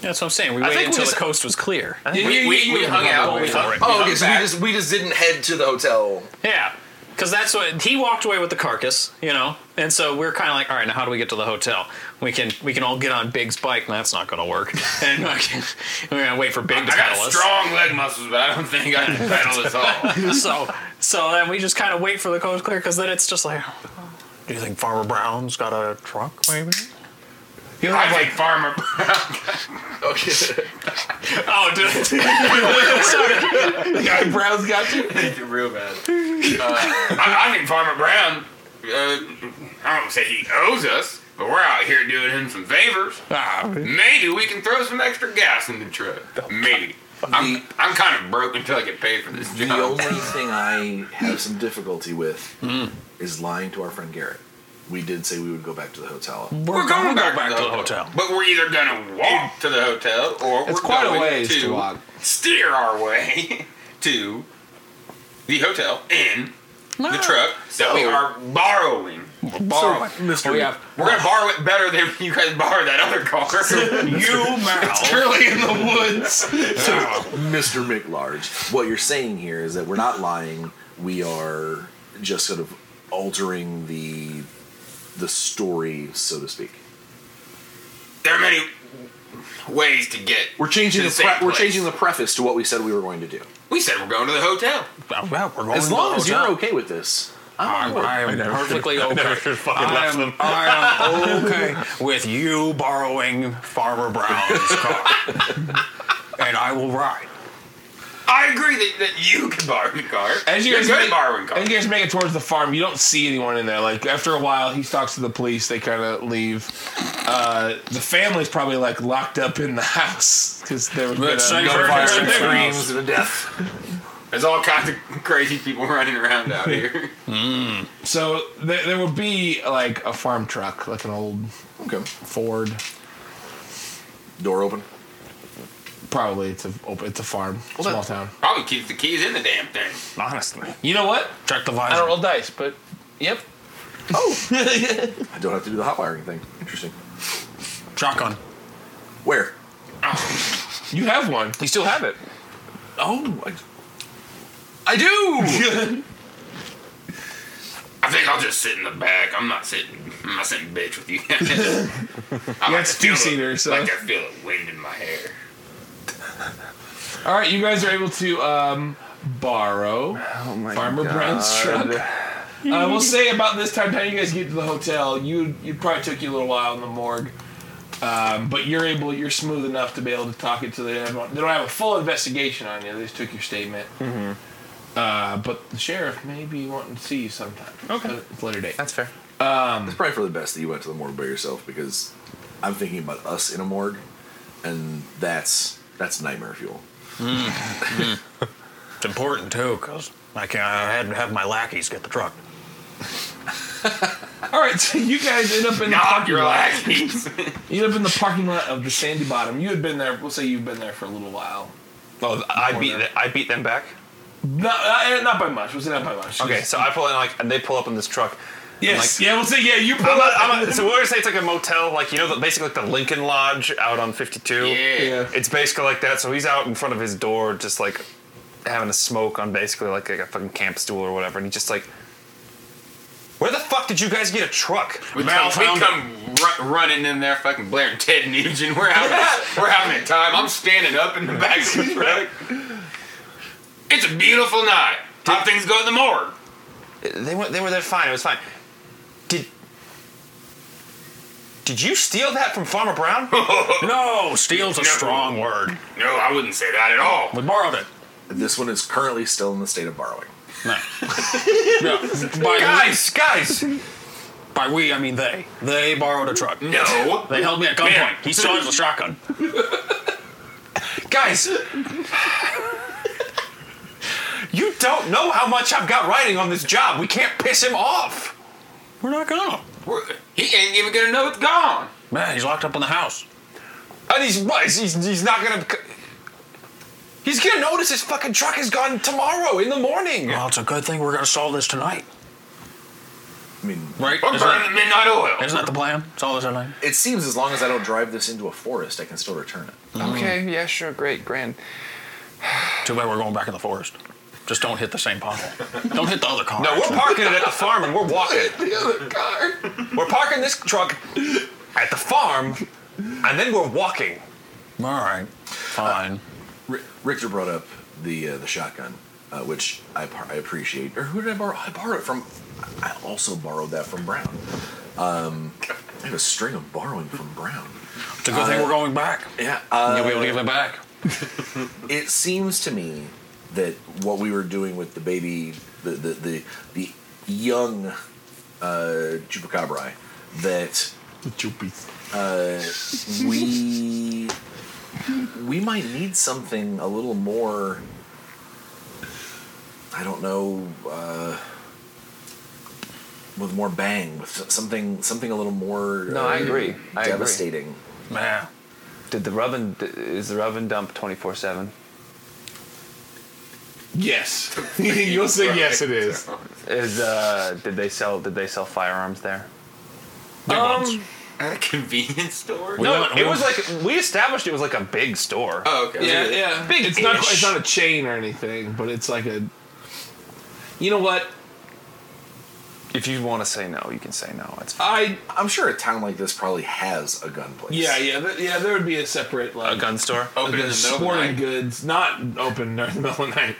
That's what I'm saying. We
I
waited
think we
until
just-
the coast was clear.
We, we, we, hung out. We hung,
Oh, okay. So
hung
we
back.
just we just didn't head to the hotel.
Yeah, because that's what he walked away with the carcass, you know. And so we're kind of like, all right, now how do we get to the hotel? We can we can all get on Big's bike. and That's not going to work. And I can- we're gonna wait for Big to
I got
pedal us.
strong leg muscles, but I don't think I can pedal this
So
all.
so then we just kind of wait for the coast clear because then it's just like
Do you think Farmer Brown's got a truck, maybe?
I think farmer.
Okay.
oh dude.
Brown's got you.
real bad. Uh, I, I think Farmer Brown. Uh, I don't say he owes us, but we're out here doing him some favors. Maybe we can throw some extra gas in the truck. Maybe. I'm, I'm kind of broke until I get paid for this
The
job.
only thing I have some difficulty with is lying to our friend Garrett. We did say we would go back to the hotel.
We're, going back,
Back to the hotel.
But we're either gonna walk to the hotel, or
It's
we're
quite a
going
ways
to,
to walk.
steer our way to the hotel in the truck that we are borrowing.
Borrow, Mr. We have
We're gonna borrow it better than you guys borrowed that other car. you It's early in the woods.
Mr. McLarge, what you're saying here is that we're not lying. We are just sort of altering the the story, so to speak.
There are many ways to get.
We're changing the,
To the
pre-
same
we're
place.
changing the preface to what we said we were going to do.
We said we're going to the hotel.
Oh, yeah, we're going
As
to
long
the
as
hotel.
you're okay with this,
I'm, I'm perfectly okay.
fucking
I am, I am okay with you borrowing Farmer Brown's car, and I will ride.
I agree that, that you can borrow the car.
As you
You're
guys
good
make,
at borrowing cars.
as you guys make it towards the farm, you don't see anyone in there. Like after a while, he talks to the police. They kind of leave. Uh, the family's probably like locked up in the house because they were going
That's
to
nice.
go fire
That's nice.
and
Screams to death. There's all kinds of crazy people running around out here.
So there, there would be like a farm truck, like an old
Okay.
Ford.
Door open.
Probably it's a open, it's a farm, small town.
Probably keeps the keys in the damn thing.
Honestly.
You know what?
Check the
I don't
visor.
roll dice, but yep.
I don't have to do the hot wiring thing. Interesting.
Shotgun.
Where?
You have one.
You still have it.
Oh, I, I do.
I think I'll just sit in the back. I'm not sitting. I'm not sitting bitch with you. I
Yeah, it's
to feel
two-seater,
the-
so-
Like I feel the wind in my hair.
All right, you guys are able to um, borrow Farmer Brown's truck. Uh, we'll say about this time, how you guys get to the hotel. You you probably took you a little while in the morgue, um, but you're able, you're smooth enough to be able to talk it to the. They don't have a full investigation on you. They just took your statement. Mm-hmm. Uh, but the sheriff may be wanting to see you sometime. Okay, it's a later date.
That's fair.
It's probably for the best that you went to the morgue by yourself because I'm thinking about us in a morgue, and that's that's nightmare fuel.
It's important too, cause I can I had to have my lackeys get the truck.
All right, so you guys end up in the
Knock
parking
your
lot.
lackeys.
You end up in the parking lot of the Sandy Bottom. You had been there. We'll say you've been there for a little while.
Oh, I beat
Or
the, I beat them back.
Not, uh, not by much. We'll say not by much.
Okay, so I pull in like and they pull up in this truck.
Yes. yeah. We'll say yeah. You pull
I'm
up.
a, I'm a, so we're gonna say it's like a motel, like you know, the, basically like the Lincoln Lodge out on 52.
yeah.
yeah.
It's basically like that. So he's out in front of his door, just like having a smoke on basically like, like a fucking camp stool or whatever, and he's just like, "Where the fuck did you guys get a truck?"
We come, we come ru- running in there, fucking blaring Ted Nugent. We're having, we're having a time. I'm standing up in the back of the truck. It's a beautiful night. How things go in the morgue?
They went. They were there fine. It was fine. Did did you steal that from Farmer Brown?
No, steal's a
No.
strong word.
No, I wouldn't say that at all.
We borrowed it.
This one is currently still in the state of borrowing.
No. no. By,
guys, guys.
we, by we, I mean they. They borrowed a truck.
No.
They held me at
Man.
gunpoint. He still has a shotgun.
guys you don't know how much i've got writing on this job we can't piss him off
We're not gonna.
We're, he ain't even gonna know it's gone.
Man, he's locked up in the house.
and he's what he's, he's, he's not gonna he's gonna notice his fucking truck is gone tomorrow in the morning
Well, it's a good thing we're gonna solve this tonight.
I mean,
Right?
We're
Isn't that,
burning midnight oil.
isn't that the plan? Solve this tonight?
it seems as long as I don't drive this into a forest, I can still return it.
Okay, yeah, sure, great, grand.
Too bad we're going back in the forest. Just don't hit the same pothole. Don't hit the other car.
no Uh, we're parking it at the farm and we're walking it
The other car.
we're parking this truck at the farm and then we're walking
All right. Fine.
Richter brought up the uh, the shotgun, uh, which I, par- I appreciate. Or who did I borrow? I borrowed it from. I also borrowed that from Brown. Um, I have a string of borrowing from Brown.
It's a good thing we're going back.
Yeah. Uh,
You'll be able to give it back.
it seems to me that what we were doing with the baby, the the the, the young uh, chupacabra, that uh, we we might need something a little more. I don't know. Uh, with more bang, with something something a little more. uh,
No, I agree. I agree.
devastating.
Man.
Did the rub and is the rub and dump twenty four seven?
Yes. You'll say yes, it is.
Is uh did they sell did they sell firearms there?
Um,
At a convenience store?
we
no
went- we
it was like we established it was like a big store
Oh, okay.
Yeah, yeah.
Big
it's not
ish.
it's not a chain or anything, but it's like a. You know what?
If you want to say no, you can say no. It's
I
I'm sure a town like this probably has a gun place.
yeah yeah th- yeah. There would be a separate like
a gun store
a
Open in the middle of the
sporting
night.
goods, not open during the middle of the night.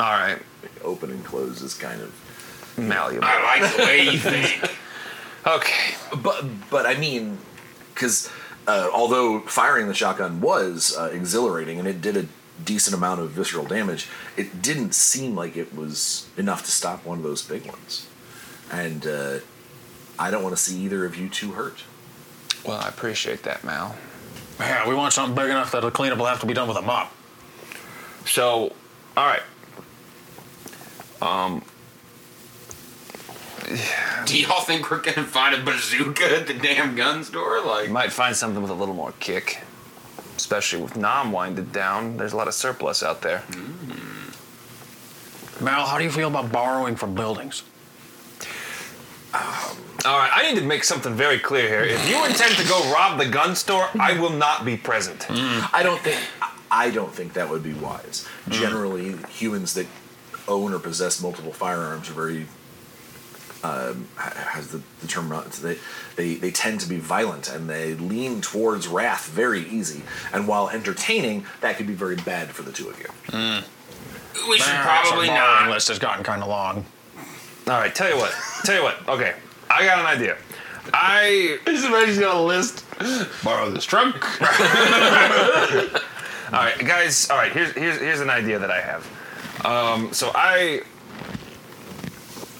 all right
Open and close is kind of
malleable.
I like the way you think.
okay
But but I mean, because uh, although firing the shotgun was uh, exhilarating and it did a decent amount of visceral damage, it didn't seem like it was enough to stop one of those big ones. And uh, I don't want to see either of you two hurt.
Well, I appreciate that, Mal.
Yeah, we want something big enough that the cleanup will have to be done with a mop.
So, all right. Um,
Do y'all think we're gonna find a bazooka at the damn gun store? Like,
you might find something with a little more kick, especially with Nom winded down. There's a lot of surplus out there.
Mm.
Mal, how do you feel about borrowing from buildings?
All right, I need to make something very clear here. If you intend to go rob the gun store, I will not be present.
I don't think I don't think that would be wise. Generally, humans that own or possess multiple firearms are very um, h- how's the, the term? not- They, they they tend to be violent and they lean towards wrath very easy. And while entertaining, that could be very bad for the two of you.
we should
Our
probably
borrowing
not.
list has gotten kind of long.
All right, tell you what. Tell you what. Okay, I got an idea. I
This is where he's got a list. Borrow this trunk.
all right, guys. All right, here's here's here's an idea that I have. Um, so I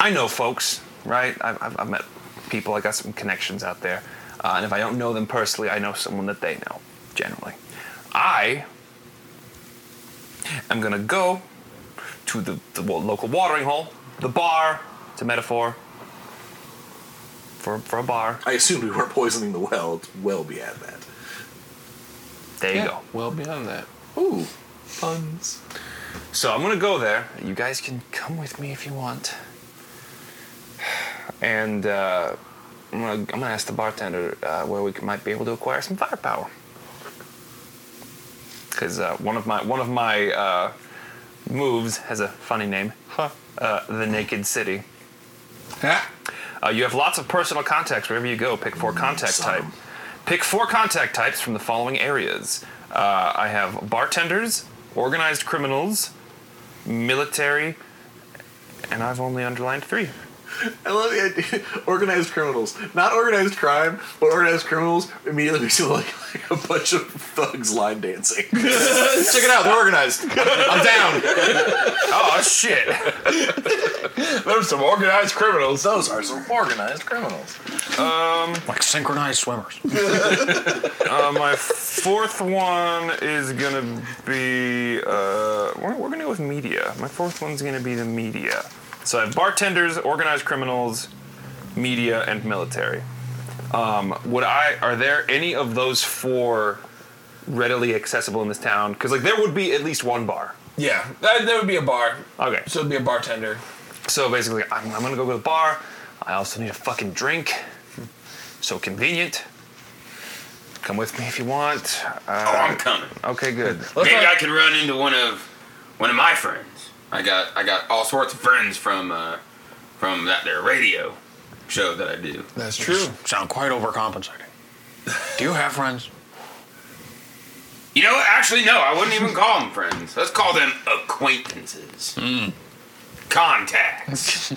I know folks, right? I've, I've, I've met people. I got some connections out there, uh, and if I don't know them personally, I know someone that they know. Generally, I am gonna go to the the wa- local watering hole, the bar. It's a metaphor for for a bar.
I assumed we weren't poisoning the well. It's well beyond that.
There you go.
Well beyond that.
Ooh, puns.
So I'm gonna go there. You guys can come with me if you want. And uh, I'm, gonna, I'm gonna ask the bartender uh, where we might be able to acquire some firepower. Because uh, one of my one of my uh, moves has a funny name, huh. uh, the Naked City. Uh, you have lots of personal contacts wherever you go. Pick four contact
some.
type. Pick four contact types from the following areas. Uh, I have bartenders, organized criminals, military, and I've only underlined three.
I love the idea. Organized criminals, not organized crime, but organized criminals immediately makes you look like a bunch of thugs line dancing.
Check it out. They're organized. I'm down.
Oh shit!
There's some organized criminals.
Those are some organized criminals.
Like synchronized swimmers.
Uh, my fourth one is gonna be. Uh, we're, we're gonna go with media. My fourth one's gonna be the media. So I have bartenders, organized criminals, media, and military. Um, would I? Are there any of those four readily accessible in this town? Because like there would be at least one bar.
Yeah, that, that would be a bar.
Okay.
So it'd be a bartender.
So basically, I'm, I'm gonna go to the bar. I also need a fucking drink. So convenient. Come with me if you want.
Oh,
Uh,
I'm coming.
okay, good.
Let's
Maybe
not-
I can run into one of one of my friends. I got I got all sorts of friends from uh, from that there radio show that I do.
That's true.
Sound quite overcompensating. Do you have friends?
You know, what? actually, no, I wouldn't even call them friends. Let's call them acquaintances, contacts.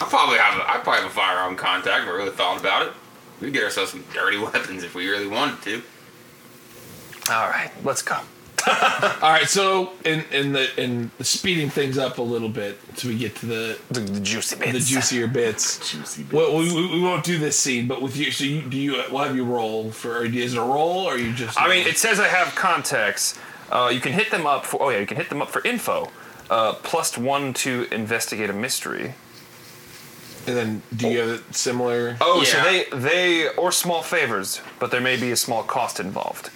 I probably have a, I probably have a firearm contact. If I really thought about it. We'd get ourselves some dirty weapons if we really wanted to.
All right, let's go.
All right. So in in the in speeding things up a little bit, so we get to the
The, the juicy bits.
the juicier bits.
Juicy bits.
Well, we, we, we won't do this scene, but with you, so you, do you? We'll have you roll for. Or is it a roll, or you just?
I mean, it says I have contacts. Uh, you can hit them up for. Oh yeah, you can hit them up for info. Uh, plus one to investigate a mystery.
And then do you have a similar?
Oh, so
Yeah.
they they or small favors, but there may be a small cost involved.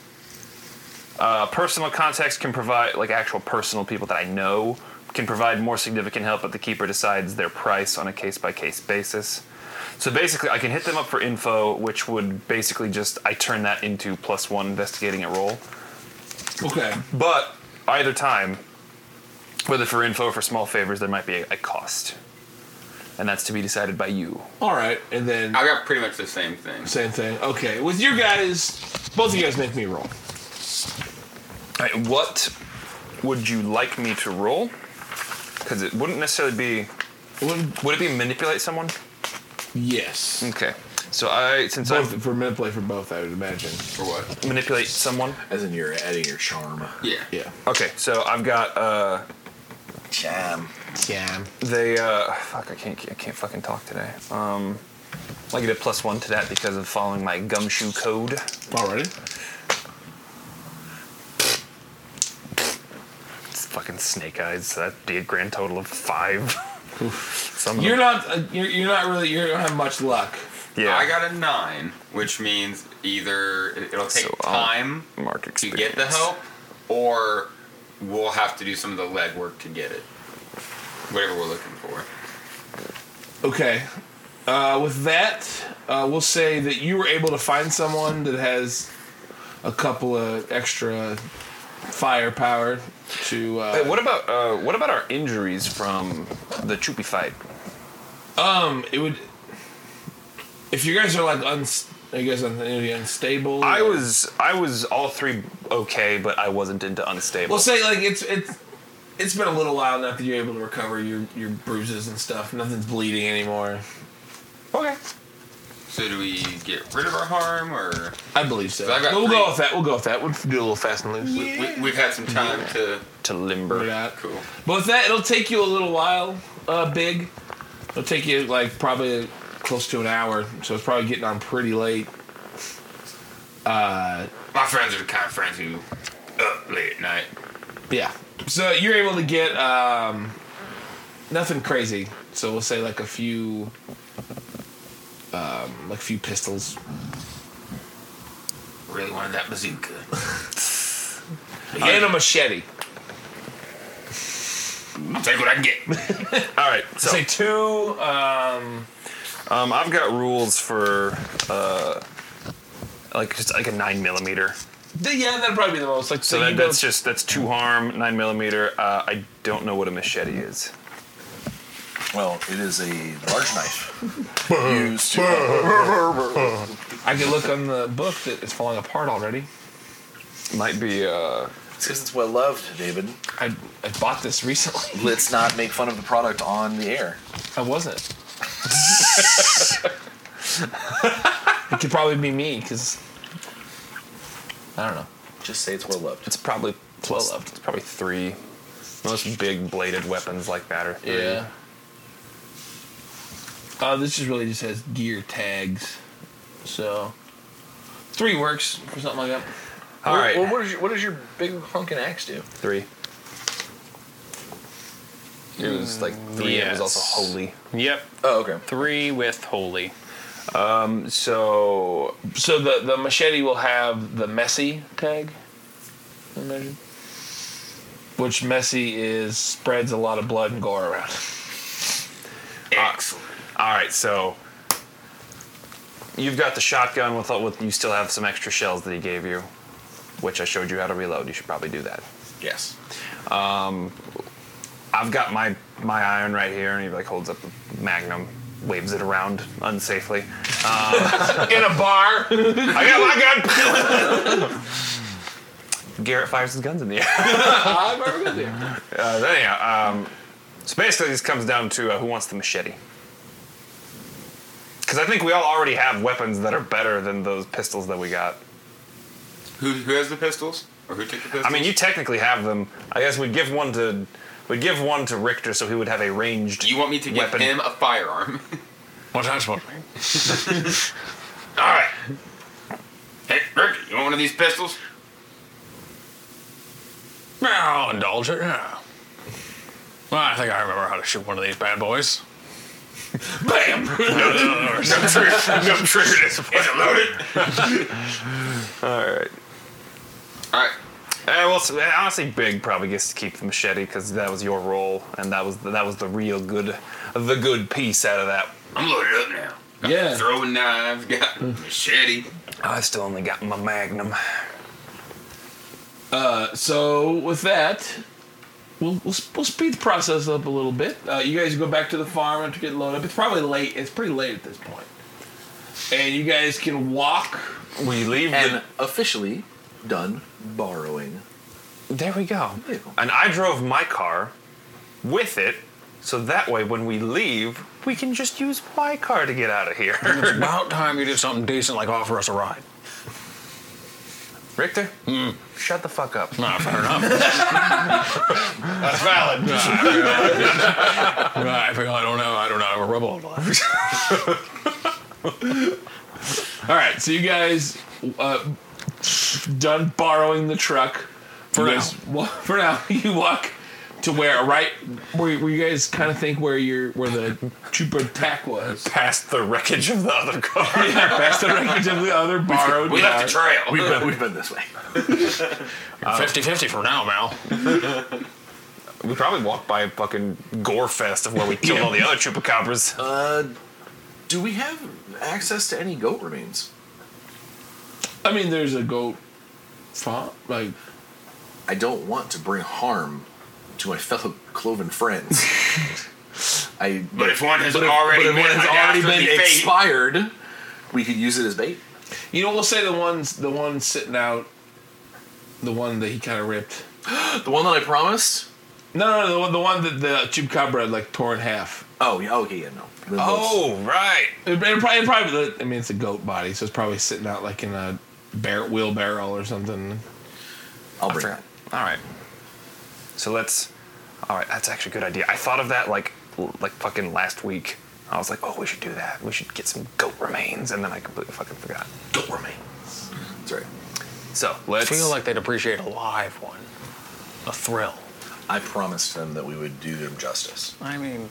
Uh, personal contacts can provide like actual personal people that I know can provide more significant help, but the keeper decides their price on a case by case basis. So basically, I can hit them up for info, which would basically just I turn that into plus one investigating a roll.
Okay.
But either time, whether for info or for small favors, there might be a, a cost, and that's to be decided by you.
All right. And then
I got pretty much the same thing.
same thing. Okay. With you guys, both of you guys make me roll.
All right, what would you like me to roll? Because it wouldn't necessarily be.
One-
Would it be manipulate someone?
Yes.
Okay. So I since I
Both, for minute play for both, I would imagine.
For what?
manipulate someone.
As in you're adding your charm.
Yeah.
Yeah.
Okay, so I've got uh
Charm.
Jam.
they uh fuck I can't I can't fucking talk today. Um I get a plus one to that because of following my gumshoe code.
Already?
It's fucking snake eyes. So that'd be a grand total of five. Some of
You're
them-
not. Uh, you're, you're not really. You don't have much luck.
yeah.
I got a nine, which means either it- it'll take
So, uh, I'll-
time
mark
to
experience.
get the help, or we'll have to do some of the legwork to get it. Whatever we're looking for.
Okay. Uh, with that, uh, we'll say that you were able to find someone that has a couple of extra firepower to. Uh,
Hey, what about uh, what about our injuries from the Choopy fight?
Um, it would. If you guys are like uns, I guess un, unstable.
I
or-
was I was all three okay, but I wasn't into unstable.
We'll say like it's it's it's been a little while now that you're able to recover your your bruises and stuff. Nothing's bleeding anymore.
okay.
So do we get rid of our harm, or
I believe so.
I got
We'll
three.
go with that. We'll go with that. We'll do a little fast and loose.
we, we, we've had some time to?
To limber.
Figure it out.
Cool.
But with that, it'll take you a little while. Uh, big. It'll take you like probably close to an hour. So it's probably getting on pretty late.
My friends are the kind of friends who up late at night.
Yeah. So you're able to get um, nothing crazy. So we'll say like a few, um, like a few pistols.
Really wanted that bazooka.
and a machete.
I'll take what I can get.
All right. So
Say two. Um,
um, I've got rules for uh, like just like a nine millimeter.
th- yeah, that'd probably be the most. Like
So
you
that,
go-
that's just that's two harm nine millimeter. Uh, I don't know what a machete is.
Well, it is a large knife. used to
I can look on the book that it's falling apart already.
Might be. Uh,
because it's well loved, David.
I, I bought this recently.
Let's not make fun of the product on the air.
I wasn't. it could probably be me because I don't know.
Just say it's well loved.
it's probably
Well loved.
It's probably three. Most big bladed weapons like that are three.
Yeah. Uh, this just really just has gear tags, so three works or something like that.
All right.
Well, what, does your, what does your big honking axe do?
Three. It was like three. and It was also
Yes.
holy.
Yep.
Oh, okay.
Three with holy.
So
So the the machete will have the messy tag. I imagine. Which messy is spreads a lot of blood and gore around.
Excellent.
all right. So you've got the shotgun with, with you still have some extra shells that he gave you, which I showed you how to reload. You should probably do that.
Yes.
I've got my my iron right here, and he like holds up the magnum, waves it around unsafely. Uh,
In a bar.
I got my gun. Garrett fires his guns in the air.
I've never been there.
Uh, so anyhow, um, so basically, this comes down to uh, who wants the machete. Because I think we all already have weapons that are better than those pistols that we got.
Who, who has the pistols? Or who took the pistols?
I mean, you technically have them. I guess we'd give one to we'd give one to Richter, so he would have a ranged.
You want me to give
Weapon.
him a firearm?
What's that supposed to mean?
All right. Hey, Rick, you want one of these pistols?
Yeah, I'll indulge it. Yeah. Well, I think I remember how to shoot one of these bad boys.
Bam! no, trigger. No trigger discipline. Is it loaded?
All right.
All right.
Uh, well, so, uh, honestly, Big probably gets to keep the machete because that was your role, and that was that was the real good, the good piece out of that.
I'm loaded up now. Got
Yeah.
Throwing knives, got machete.
I still only got my Magnum.
So with that, we'll, we'll we'll speed the process up a little bit. Uh, you guys go back to the farm to get loaded up. It's probably late. It's pretty late at this point. And you guys can walk.
We leave
And officially done borrowing.
the. There we go.
Ew.
And I drove my car with it So that way, when we leave, we can just use Y car to get out of here.
It's about time you did something decent like offer us a ride.
Richter,
Hmm.
shut the fuck up.
Nah, fair enough.
That's valid.
I feel I don't know. I don't know. I have a rebel.
All right, so you guys uh, done borrowing the truck for
now.
now. For now, you walk to where right where, where you guys kind of think where your where the trooper attack was.
Past the wreckage of the other car.
Past the wreckage of the other borrowed.
We left the
car.
trail.
We've been, we've been this way.
50 50 from now, Mal.
We probably walked by a fucking gore fest of where we killed all the other chupacabras.
Uh, Do we have access to any goat remains?
I mean, there's a goat. Farm, like
I don't want to bring harm to my fellow cloven friends. I,
But if one has
but if-
already
but if
been,
one has already been
undoubtedly fate-
expired, we could use it as bait.
you know, we'll say the ones the one sitting out, the one that he kind of ripped.
The one that I promised.
No, no, no, the one the one that the chupacabra like tore in half.
Oh yeah. Okay. Yeah. No. Then let's-
Oh, right.
It, it probably, it probably, I mean, it's a goat body, so it's probably sitting out like in a bear, wheelbarrow or something.
I'll bring that.
All right. So let's. All right, that's actually a good idea. I thought of that like like fucking last week. I was like, oh, we should do that. We should get some goat remains, and then I completely fucking forgot.
Goat remains. That's right.
So
I
let's.
feel like they'd appreciate a live one. A thrill.
I promised them that we would do them justice.
I mean,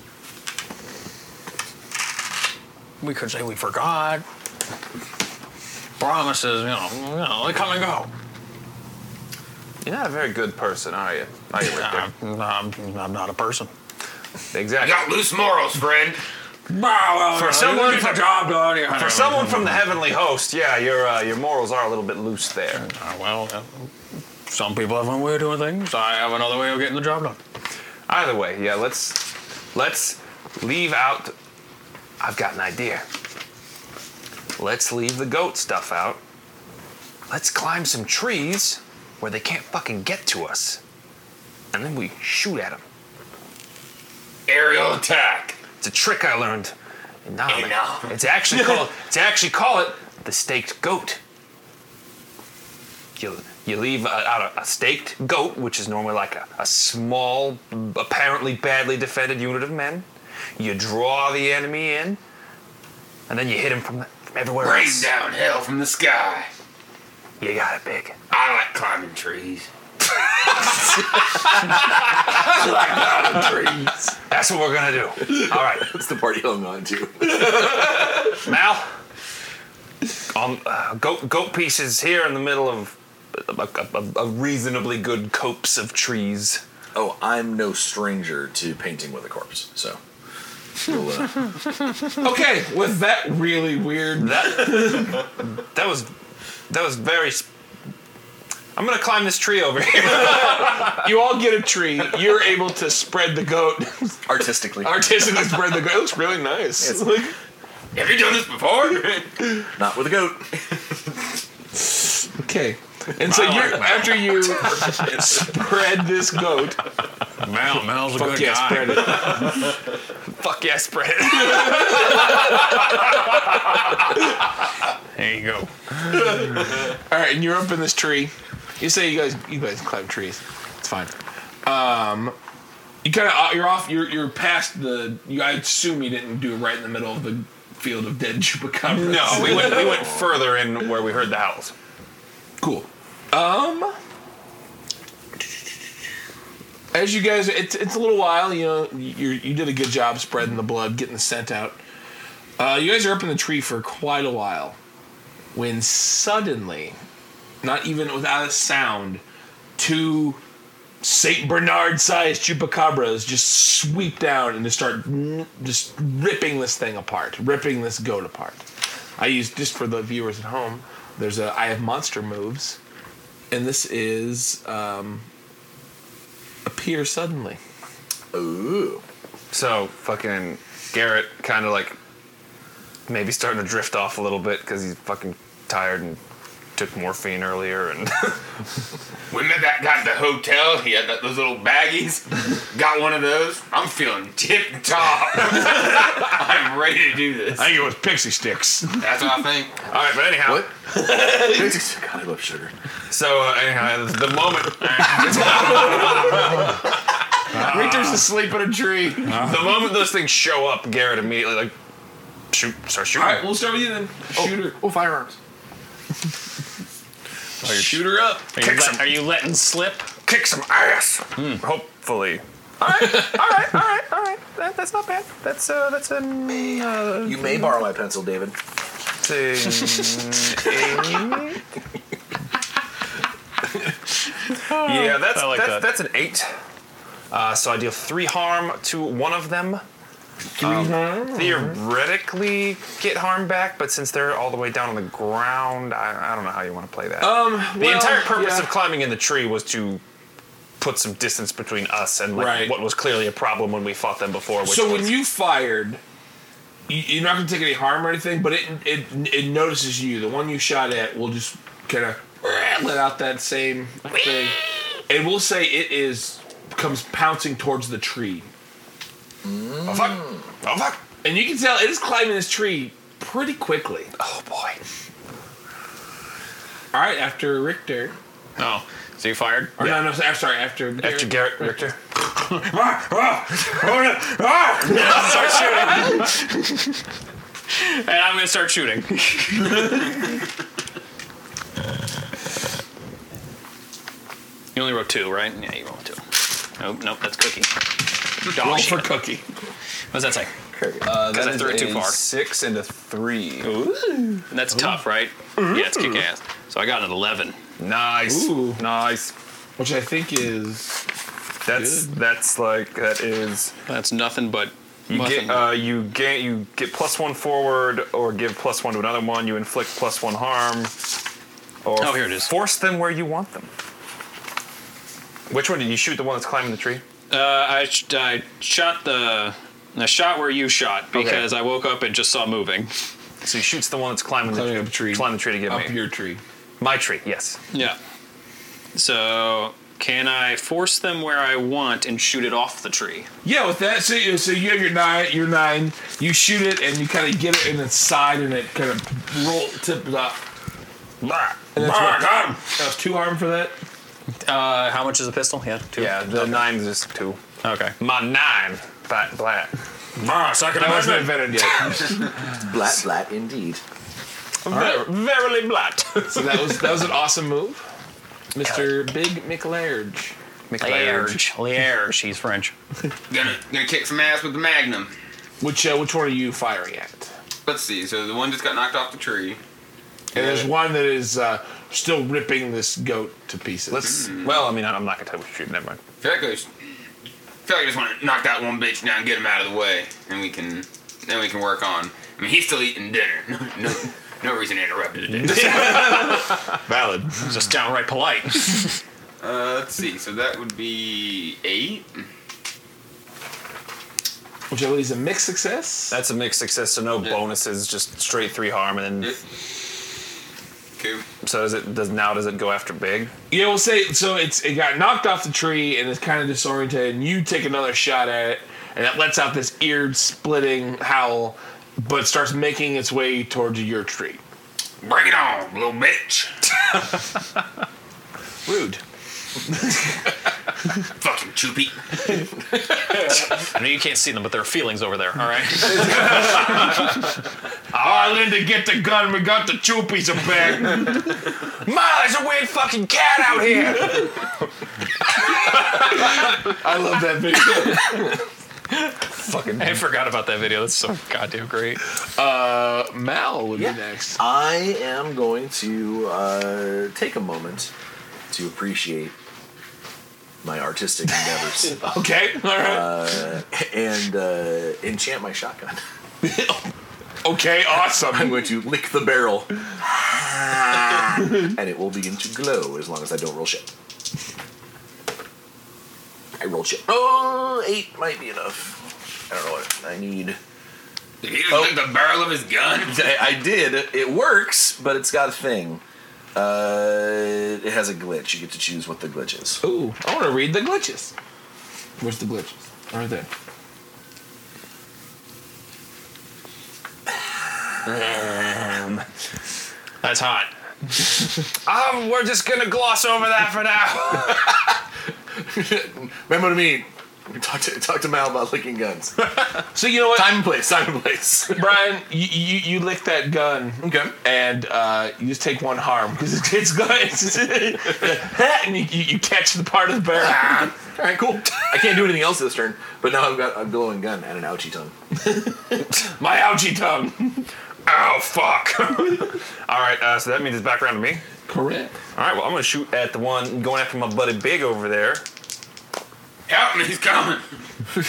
we could say we forgot. Promises, you know, you know they come and go.
you're not a very good person, are you? Oh, Are you Richter?
I'm, I'm, I'm not a person.
exactly.
Got loose morals, friend.
For someone, for,
job done. you know.
for someone from the heavenly host, yeah, your uh, your morals are a little bit loose there.
Uh, well, uh, some people have one way of doing things. I have another way of getting the job done.
Either way, yeah, let's let's leave out. I've got an idea. Let's leave the goat stuff out. Let's climb some trees where they can't fucking get to us, and then we shoot at them.
Aerial attack.
It's a trick I learned. in Nahum.
Nahum.
It's actually called. It's actually call it the staked goat. You you leave uh, out a, a staked goat, which is normally like a, a small, apparently badly defended unit of men. You draw the enemy in, and then you hit him from, from everywhere
Rain
else.
down hell from the sky.
You got it, big.
I like climbing trees.
That's what we're gonna do. All right,
That's the party I'm on to.
Mal. Um, uh, goat goat pieces here in the middle of a- a- a- a reasonably good copse of trees.
Oh, I'm no stranger to painting with a corpse, so. we'll, uh,
Okay, with that really weird.
That that was that was very. Sp- I'm gonna climb this tree over here.
You all get a tree. You're able to spread the goat,
artistically,
artistically spread the goat. It looks really nice.
It's-
Like,
Have you done this before?
not with a goat.
okay. And so you're after you spread this goat.
Mal, Mal's a good
yeah,
guy.
spread it.
Fuck yeah, spread it.
There you go.
All right, and you're up in this tree. You say you guys you guys climb trees. It's fine. Um, you kind of you're off. You're you're past the. You, I assume you didn't do it right in the middle of the field of dead chupacabras.
No, we went we went further in where we heard the howls.
Cool. Um, as you guys, it's it's a little while. You know, you you did a good job spreading the blood, getting the scent out. Uh, you guys are up in the tree for quite a while, when suddenly, not even without a sound, two Saint Bernard-sized chupacabras just sweep down and just start n- just ripping this thing apart, ripping this goat apart. I use just for the viewers at home. There's a I have monster moves, and this is um, appear suddenly.
Ooh.
So fucking Garrett kind of like maybe starting to drift off a little bit because he's fucking tired and took morphine earlier and
We met that guy at the hotel. He had that, those little baggies. Got one of those. I'm feeling tip top. I'm ready to do this.
I think it was pixie sticks.
That's what I think.
All right, but anyhow.
What? God, I love sugar.
So uh, anyhow, the moment Richter's asleep in a tree. the moment those things show up, Garrett immediately like shoot, start shooting.
All right, we'll start with you then. Shooter.
Oh, firearms.
Shoot her up.
Are you,
Kick
let,
some-
are you letting slip?
Kick some ass. Hmm. Hopefully. All right, all right, all right, all right. That, that's not bad. That's uh, that's um, uh,
You may borrow my pencil, David.
yeah, that's
I like
that's,
that.
that's an eight. Uh, so I deal three harm to one of them. Um, Theoretically, get harm back, but since they're all the way down on the ground, I, I don't know how you want to play that.
Um,
the entire purpose of climbing in the tree was to put some distance between us and like
Right.
what was clearly a problem when we fought them before. Which
so
was,
when you fired, you- you're not going to take any harm or anything, but it it it notices you. The one you shot at will just kind of let out that same thing, and we'll say it is comes pouncing towards the tree,
oh fuck, oh fuck,
and you can tell it is climbing this tree pretty quickly.
oh boy.
All right, after Richter,
Oh, so you fired?
or no, no, I'm sorry, after
After Garrett Richter.
Start shooting. and I'm gonna start shooting. you only wrote two, right? Yeah, you rolled two. Nope, nope, that's cookie. Dog
roll
Oh,
shit.
for cookie.
What's that say?
Because
I threw it too far.
Six and uh, a three.
And that's tough, right? Yeah, it's kick ass. So I got an 11.
Nice,
Ooh.
nice.
Which I think is
That's that's like that is.
That's nothing but.
You
muffin.
get uh, you get you get plus one forward, or give plus one to another one. You inflict plus one harm, or
Oh, here it is.
Force them where you want them. Which one did you shoot? The one that's climbing the tree?
Uh, I, sh- I shot the. I shot where you shot because I woke up and just saw moving.
So he shoots the one that's climbing,
Climbing
the
up a tree.
Climb the tree to get
up
me.
your tree.
My tree, yes.
Yeah. So can I force them where I want and shoot it off the tree?
Yeah, with that, so you, so you have your nine, your nine, you shoot it, and you kind of get it in the side, and it kind of roll tips up.
Blah.
And that's what, that was two harm for that.
Uh, how much is a pistol? Yeah, two.
Yeah, the nine is just two.
Okay.
My nine, black, black.
That wasn't invented yet.
Blat, blat, indeed.
Ver- Verily black.
so that was that was an awesome move, Mister Big McLarge.
Lierge. Lierge. He's French.
Gonna gonna kick some ass with the Magnum.
Which uh, which one are you firing at?
Let's see. So the one just got knocked off the tree.
And there's one that is uh, still ripping this goat to pieces.
Let's. Well, I mean, I'm not gonna tell you what to shoot. Never mind.
I feel like I just, feel like I just want to knock that one bitch down, and get him out of the way, and we can then we can work on. I mean, he's still eating dinner. No, no, no reason to interrupt his dinner.
Valid.
Just downright polite.
Uh, let's see. So that would be eight.
which I believe is a mixed success.
That's a mixed success, so no bonuses, just straight three harm, and then
Cool.
so does it? Does now does it go after big?
Yeah, we'll say so. It's it got knocked off the tree and it's kind of disoriented. And you take another shot at it, and it lets out this ear splitting howl, but starts making its way towards your tree.
Bring it on, little bitch.
Rude.
Fucking choopy.
I know you can't see them, but there are feelings over there. All right.
Ah, Linda, get the gun. We got the choopies are back. Ma, there's a weird fucking cat out here. I love that video.
I forgot about that video. That's so goddamn great.
Uh, Mal would be next.
I am going to uh, take a moment to appreciate my artistic endeavors
Okay, all right.
and uh, enchant my shotgun.
okay,
uh,
I'm
awesome.
going to lick the barrel, Ah. and it will begin to glow as long as I don't roll shit. I roll shit. Oh, eight might be enough. I don't know what I need.
Oh.
Did he just lick the barrel of his gun?
I I did. It works, but it's got a thing. Uh, it has a glitch. You get to choose what the glitch is.
Ooh, I want to read the glitches. Where's the glitches? Right there.
That's hot.
Um, we're just gonna gloss over that for now.
Oh.
Remember to me. We talked to, talked to Mal about licking guns.
So you know what,
time and place. Time and place.
Brian, you, you you lick that gun,
Okay.
and uh, you just take one harm because it's, it's gun. It's, and you, you, you catch the part of the barrel.
All right. Cool. I can't do anything else this turn, but now I've got a glowing gun and an ouchie tongue.
My ouchie tongue.
oh fuck! All right, uh, so that means it's back around to me.
Correct.
All right, well I'm gonna shoot at the one going after my buddy Big over there,
Out and he's coming. Out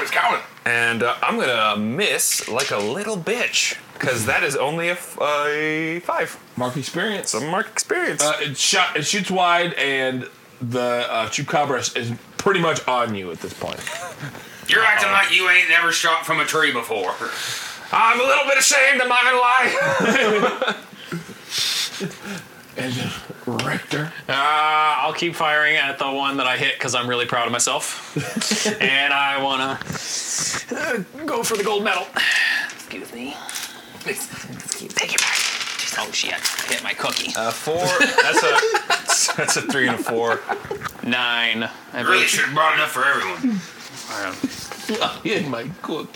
he's coming.
and uh, I'm gonna miss like a little bitch because that is only a, f- a five.
Mark experience.
Some mark experience.
Uh, it shot. It shoots wide, and the uh, chupacabra is pretty much on you at this point.
You're acting like you ain't never shot from a tree before.
I'm a little bit ashamed. I'm not gonna lie.
And Richter.
Uh, I'll keep firing at the one that I hit because I'm really proud of myself, and I wanna uh, go for the gold medal. Excuse me. Take it back. Oh shit! I hit my cookie.
Uh, four. That's a that's a three and a four.
Nine. I
Really
believe.
should have brought enough for everyone.
Yeah, my good.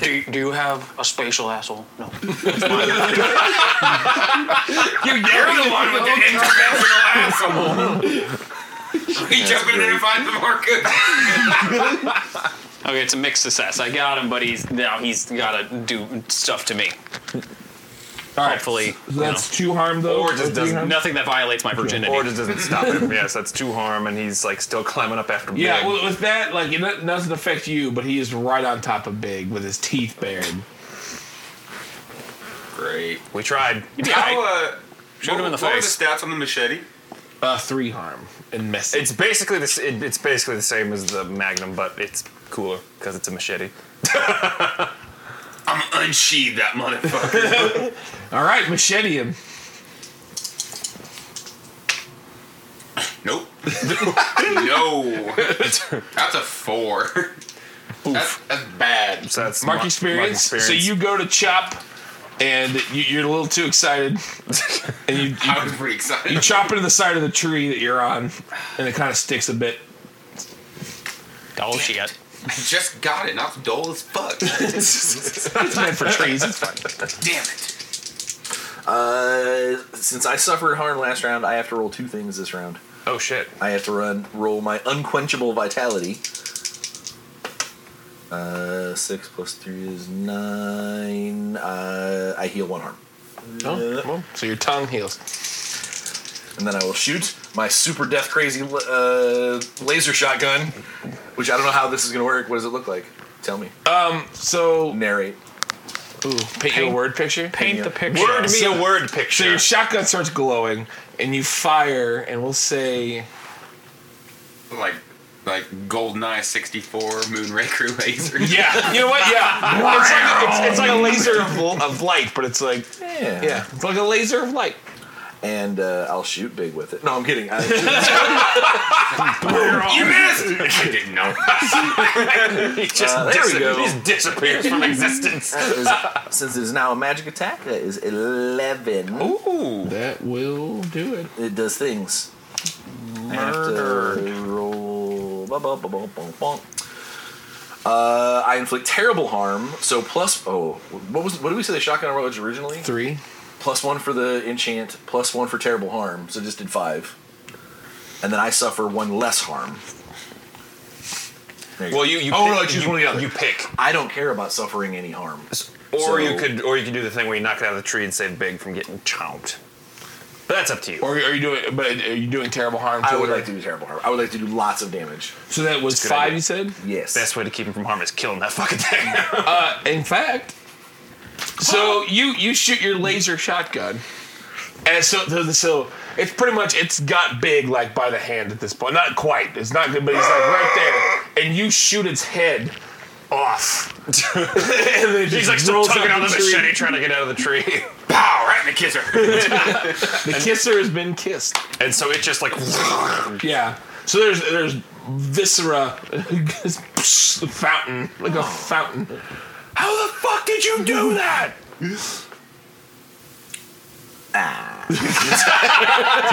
do, do you have a spatial asshole? No.
You're the one with the interventional asshole. Reach up in there and find the market.
Okay, it's a mixed success. I got him, but he's now he's got to do stuff to me. Hopefully, you
That's two harm though.
Or it just
Three
doesn't-
know,
harm?
nothing that violates my virginity.
Or just doesn't stop him. Yes, that's two harm, and he's like still climbing up after.
Yeah,
Big.
well, with that, like it no- doesn't affect you, but he is right on top of Big with his teeth bared.
Great.
we tried.
How, uh,
Shoot
what,
him in the
what were
face.
the stats on the machete?
Uh, three harm and messy.
It's basically the s- it, it's basically the same as the Magnum, but it's cooler because it's a machete.
I'm gonna unsheathe that motherfucker.
All right, machete him.
nope. no. That's a four. That's, that's bad.
So that's
Mark
mar-
experience.
mark
So you go to chop, and you, you're a little too excited, and you, you
I was pretty excited.
you chop into the side of the tree that you're on, and it kind of sticks a bit.
oh shit!
I just got it, and I was dull as fuck.
It's meant for trees. It's fine.
Damn it.
Uh, since I suffered harm last round, I have to roll two things this round.
Oh shit!
I have to run roll my unquenchable vitality. Uh, six plus three is nine. Uh, I heal one harm, Uh,
Oh, well, so your tongue heals.
and then I will shoot my super death crazy uh, laser shotgun, which I don't know how this is gonna work. What does it look like? Tell me.
Uh, So
Narrate.
ooh, paint you a word picture.
Paint the picture.
Word me a
So your
word picture.
shotgun starts glowing, and you fire, and we'll say
Like, like GoldenEye 64 Moonraker laser.
Yeah, you know what? Yeah, it's like, it's, it's like a laser of, of light, but it's like
Yeah.
yeah, it's like a laser of light.
And uh, I'll shoot big with it. No, I'm kidding. I shoot
You missed! I didn't know.
just
Uh, there we
disa-
go.
he just disappears from existence.
That is- since it is now a magic attack, that is 11.
Ooh.
That will do it.
It does things. I have to roll. ba- ba- ba- ba- ba- ba. Uh, I inflict terrible harm. So plus, oh, what was what did we say the shotgun roll was originally?
Three.
Plus one for the enchant, plus one for terrible harm. So just did five, and then I suffer one less harm. There you
Well,
go.
you you
Oh,
pick,
no, I choose
you,
one or the other.
you pick,
I don't care about suffering any harm.
or
So-
you could or you could do the thing where you knock it out of the tree and save Big from getting chomped. But that's up to you.
Or are you doing? But are you doing terrible harm? To
I would
it?
like to do terrible harm. I would like to do lots of damage.
So that was
Good
five.
idea.
You said.
Yes.
Best way to keep him from harm is killing that fucking thing.
Uh, in fact, so you you shoot your laser shotgun, and so so- so it's pretty much it's got big like by the hand at this point. Not quite. It's not good, but he's like right there, and you shoot its head off. and then it
He's
just
like still
rolls
tugging
out
on the
tree.
machete, trying to get out of the tree.
Pow! Right right in the kisser.
The kisser has been kissed.
And so it just like
Yeah. So there's there's viscera, a fountain like a fountain. How the fuck did you do that?
Take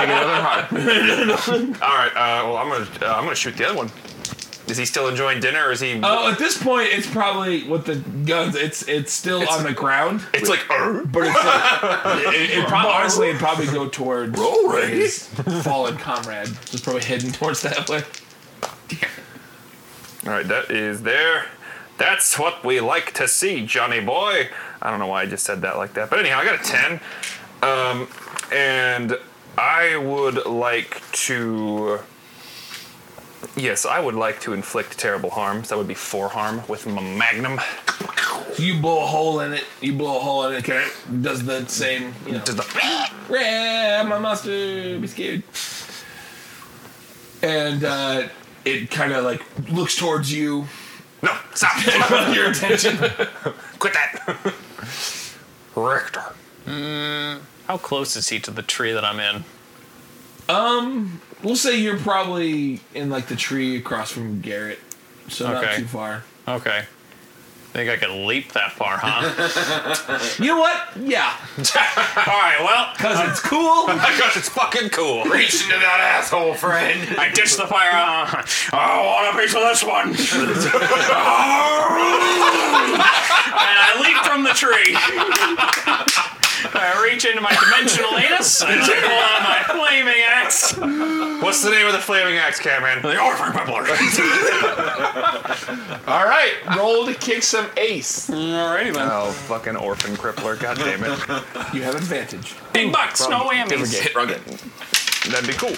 another hot. All right. Uh, well, I'm gonna uh, I'm gonna shoot the other one. Is he still enjoying dinner? or Is he?
Oh, at this point, it's probably with the guns. It's it's still on the ground,
it's like. "Arr."
but it's like, it, it, probably honestly it'd probably go towards
Roll, Randy.
his fallen comrade. Just probably heading towards that way.
All right. That is there. That's what we like to see, Johnny boy. I don't know why I just said that like that, but anyhow, I got a ten, um, and I would like to. Yes, I would like to inflict terrible harm. So that would be four harm with my magnum.
So you blow a hole in it. You blow a hole in it. Can it does the same. You know,
Does the
"Rah, I'm a monster. Be scared. And uh, it kind of like looks towards you.
No, stop.
Your attention.
Quit that. Richter.
How close is he to the tree that I'm in?
Um, we'll say you're probably in like the tree across from Garrett, so not
Okay.
too far.
Okay. Think I could leap that far, huh?
You know what? Yeah,
All right, well,
cause it's cool.
because it's fucking cool.
Reach into that asshole, friend.
I ditched the fire. Uh, I want a piece of this one. and I leap from the tree. I reach into my dimensional anus. I pull out my flaming axe.
What's the name of the flaming axe, Cameron? The Orphan Pebbler.
All right, roll to kick some ace.
Alrighty then.
oh, fucking Orphan Crippler. God damn it.
You have advantage.
Big bucks, no whammies.
Hit rugged.
That'd be cool.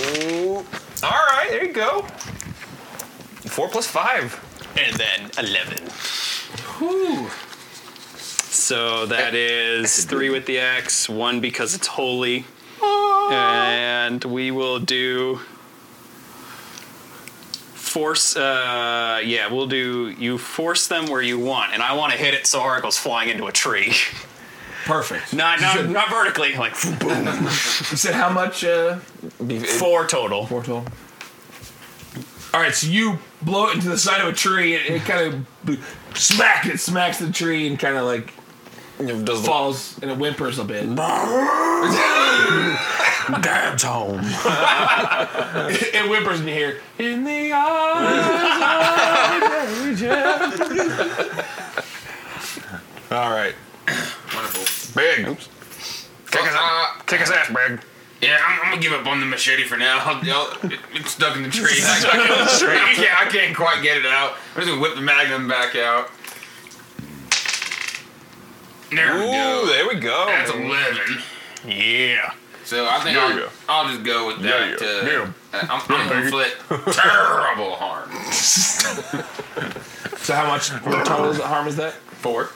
Ooh. All right, there you go. Four plus five.
And then eleven.
Whew. Eh.
So that is three with the axe, one because it's holy. And we will do force uh yeah, we'll do you force them where you want, and I want to hit it so hard it goes flying into a tree.
Perfect.
Not not, not vertically, like boom.
You said how much? Uh,
Four total.
portal. All right, so you blow it into the side of a tree, and it kind of smack. It smacks the tree and kind of like
Does
falls, and it whimpers a bit.
Dad's home.
it whimpers in here. In the eyes of danger.
All right.
Wonderful.
Big. Kick his,
Uh,
kick his ass, Big.
Yeah, I'm, I'm gonna give up on the machete for now. I'll, I'll, it- it's stuck in the tree. stuck in the tree. yeah, I can't quite get it out. I'm just gonna whip the magnum back out. There we
Ooh,
go.
there we go.
That's eleven.
Yeah.
So I think
There
I'll,
you go.
I'll just go with
Yeah,
that.
yeah.
uh, uh, I'm, I'm gonna inflict terrible harm.
So how much total is, harm is that?
Four.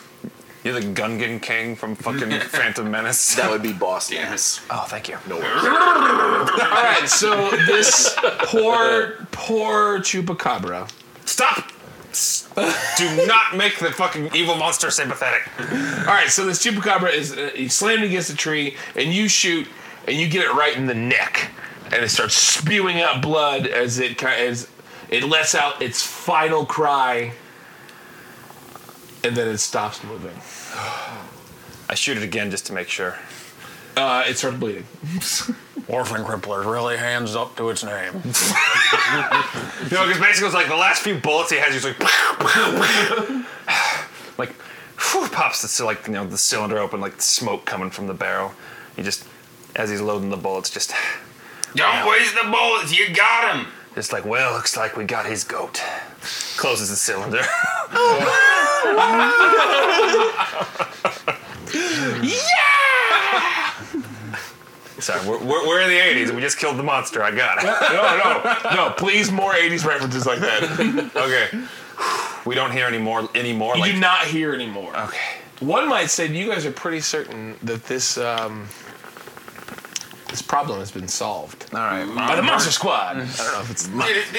You're the Gungan King from fucking Phantom Menace.
That would be Boston.
Yes.
oh, thank you.
No worries.
All right, so this poor, poor chupacabra.
Stop! S- Do not make the fucking evil monster sympathetic.
All right, so this chupacabra is uh, he slammed against a tree, and you shoot, and you get it right in the neck, and it starts spewing out blood as it ki- as it lets out its final cry, and then it stops moving.
I shoot it again just to make sure.
Uh, it starts bleeding.
Orphan Crippler really hands up to its name.
You know, because basically it's like the last few bullets he has, he's like, like, whew, pops the cy- like you know the cylinder open, like the smoke coming from the barrel. He just, as he's loading the bullets, just,
Don't waste the bullets. You got him.
just like, well, looks like we got his goat. Closes the cylinder. yeah. Sorry, we're, we're, we're in the 80s. We just killed the monster. I got it.
No, no, no! Please, more '80s references like that.
Okay. We don't hear any more. Any more.
You
like,
do not hear anymore.
okay.
One might say you guys are pretty certain that this um, this problem has been solved
All right.
by the Monster Squad. I don't
Mm.
know if it's
Did it,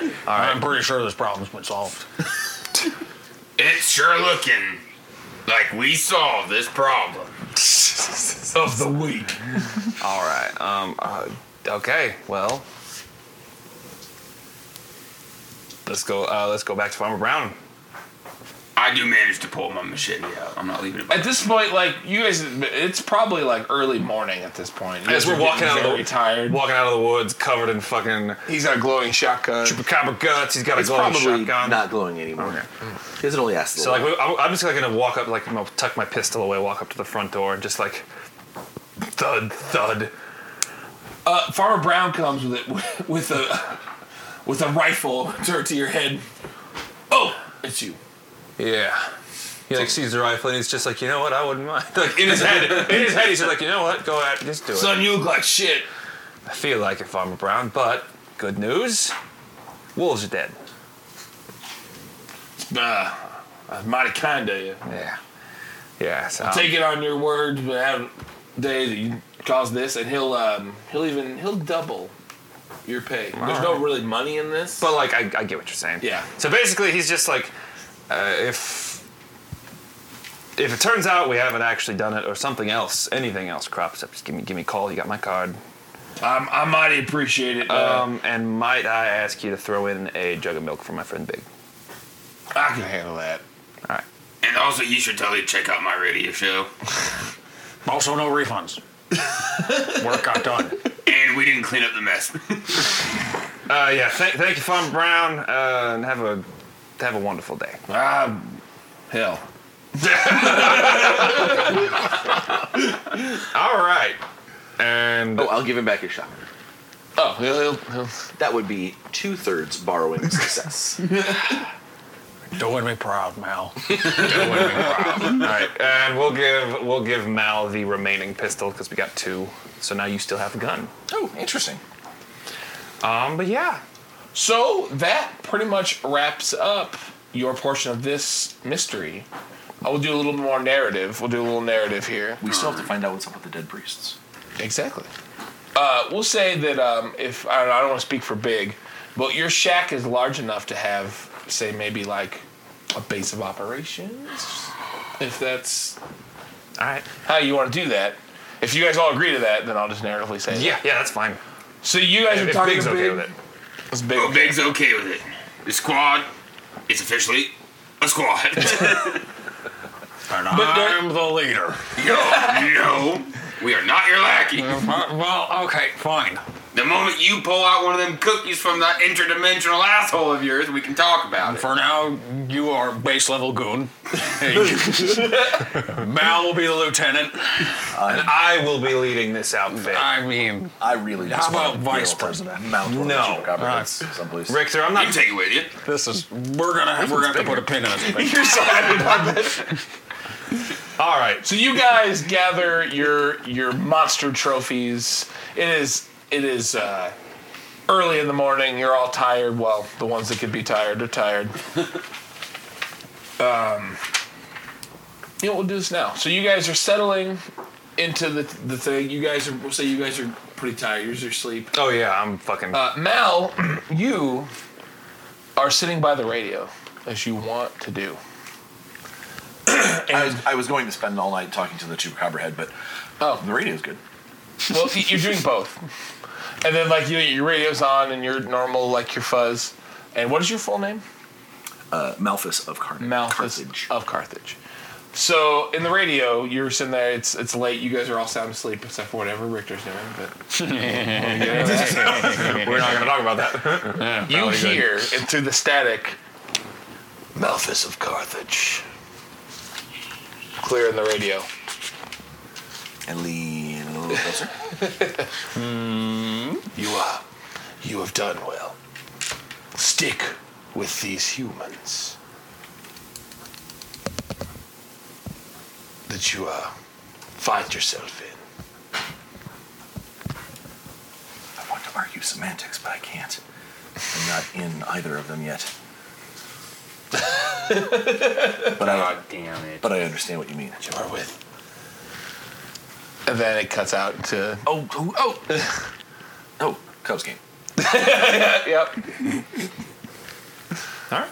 dude.
I'm pretty sure this problem's been solved.
It's sure looking Like we solved this problem.
of the week.
All right. Um. Uh, okay. Well, let's go. Uh, let's go back to Farmer Brown.
I do manage to pull my machete out. I'm not leaving it.
At this point, like you guys, it's probably like early morning at this point. You guys
As we're
are
walking
getting
out of
very
the
tired.
walking out of the woods, covered in fucking
He's got a glowing shotgun.
chupacabra guts. He's got
It's
a glowing
probably
shotgun.
not glowing anymore. Because it only lasts a
so like,
little
we- I'm I'm just like gonna walk up, like, I'm gonna tuck my pistol away, walk up to the front door, and just like, thud, thud.
Uh, Farmer Brown comes with it with a with a rifle turned to your head. Oh, it's you.
Yeah. He like sees the rifle and he's just like, you know what, I wouldn't mind. Like in his head, in his head, he's like, you know what, go at, it, just do it.
Son, you look like shit.
I feel like it, Farmer Brown, but good news, wolves are dead.
Uh, that's mighty kind of you.
Yeah. Yeah. So
Take it on your word that day that you caused this, and he'll um, he'll even he'll double your pay. There's no really money in this.
But like, I, I get what you're saying.
Yeah.
So basically, he's just like, uh, if if it turns out we haven't actually done it or something else, anything else crops up, just give me give me a call. You got my card.
I'm, I mighty appreciate it. Uh,
Um, and might I ask you to throw in a jug of milk for my friend Big?
I can handle that.
And also, you should totally check out my radio show.
Also, no refunds. Work got done.
And we didn't clean up the mess.
Uh, yeah. Thank, thank you, Farmer Brown, uh, and have a have a wonderful day.
Ah, hell.
All right. And
Oh, I'll give him back his shotgun.
Oh, he'll, he'll, he'll
That would be two thirds borrowing success.
Doing me proud, Mal.
all right, and we'll give we'll give Mal the remaining pistol because we got two. So now you still have a gun.
Oh, interesting.
Um, but yeah,
So that pretty much wraps up your portion of this mystery. I will do a little more narrative. We'll do a little narrative here.
we still have to find out what's up with the dead priests.
Exactly. Uh, we'll say that um, if I don't, I don't want to speak for big, but your shack is large enough to have, say, maybe like a base of operations, if that's
all right.
how you want to do that. If you guys all agree to that, then I'll just narratively say that.
Yeah, yeah, that's fine.
So you guys are
If
talking
Big's
to
okay
big.
with it.
It's big.
But Big's Oh, okay with it. The squad is officially a squad.
And
But there-
I'm the leader.
no, no, we are not your lackey.
Uh, well, okay, fine.
The moment you pull out one of them cookies from that interdimensional asshole of yours, we can talk about it.
For now, you are base level goon. Hey. Mal will be the lieutenant.
And I will be leading this outfit.
I mean,
I really
How
just
about
wanna be
vice
able to
president?
Mount one
No.
of the chupacabra heads someplace.
Richter, I'm
You can
not.
take it with you.
this is we're gonna we're gonna have to put a pin in this.
You're so happy about this. All right.
So you guys gather your your monster trophies. It is it is uh, early in the morning. You're all tired. Well, the ones that could be tired are tired. um, you know, we'll do this now. So you guys are settling into the the thing. You guys are we'll say you guys are pretty tired. You're asleep.
Oh yeah, I'm fucking.
Uh, Mal, you are sitting by the radio as you want to do.
I was, I was going to spend all night talking to the chupacabra head, but
Oh.
the radio's good.
Well, y- you're doing both. And then, like, you, your radio's on and your normal, like, your fuzz. And what is your full name?
Uh, Malthus of Carn-
Malthus
Carthage.
of Carthage. So, in the radio, you're sitting there, it's it's late, you guys are all sound asleep, except for whatever Richter's doing. But
we're not gonna talk about that.
you hear, and through the static, Malthus of Carthage. Clear in the radio.
and lean a little closer.
Hmm. You are. You have done well. Stick with these humans. That you uh, find yourself in.
I want to argue semantics, but I can't. I'm not in either of them yet. but I,
Damn it.
but I understand what you mean.
You are with. And then it cuts out into.
Oh, oh, oh! oh, Cubs game.
Yep.
All right.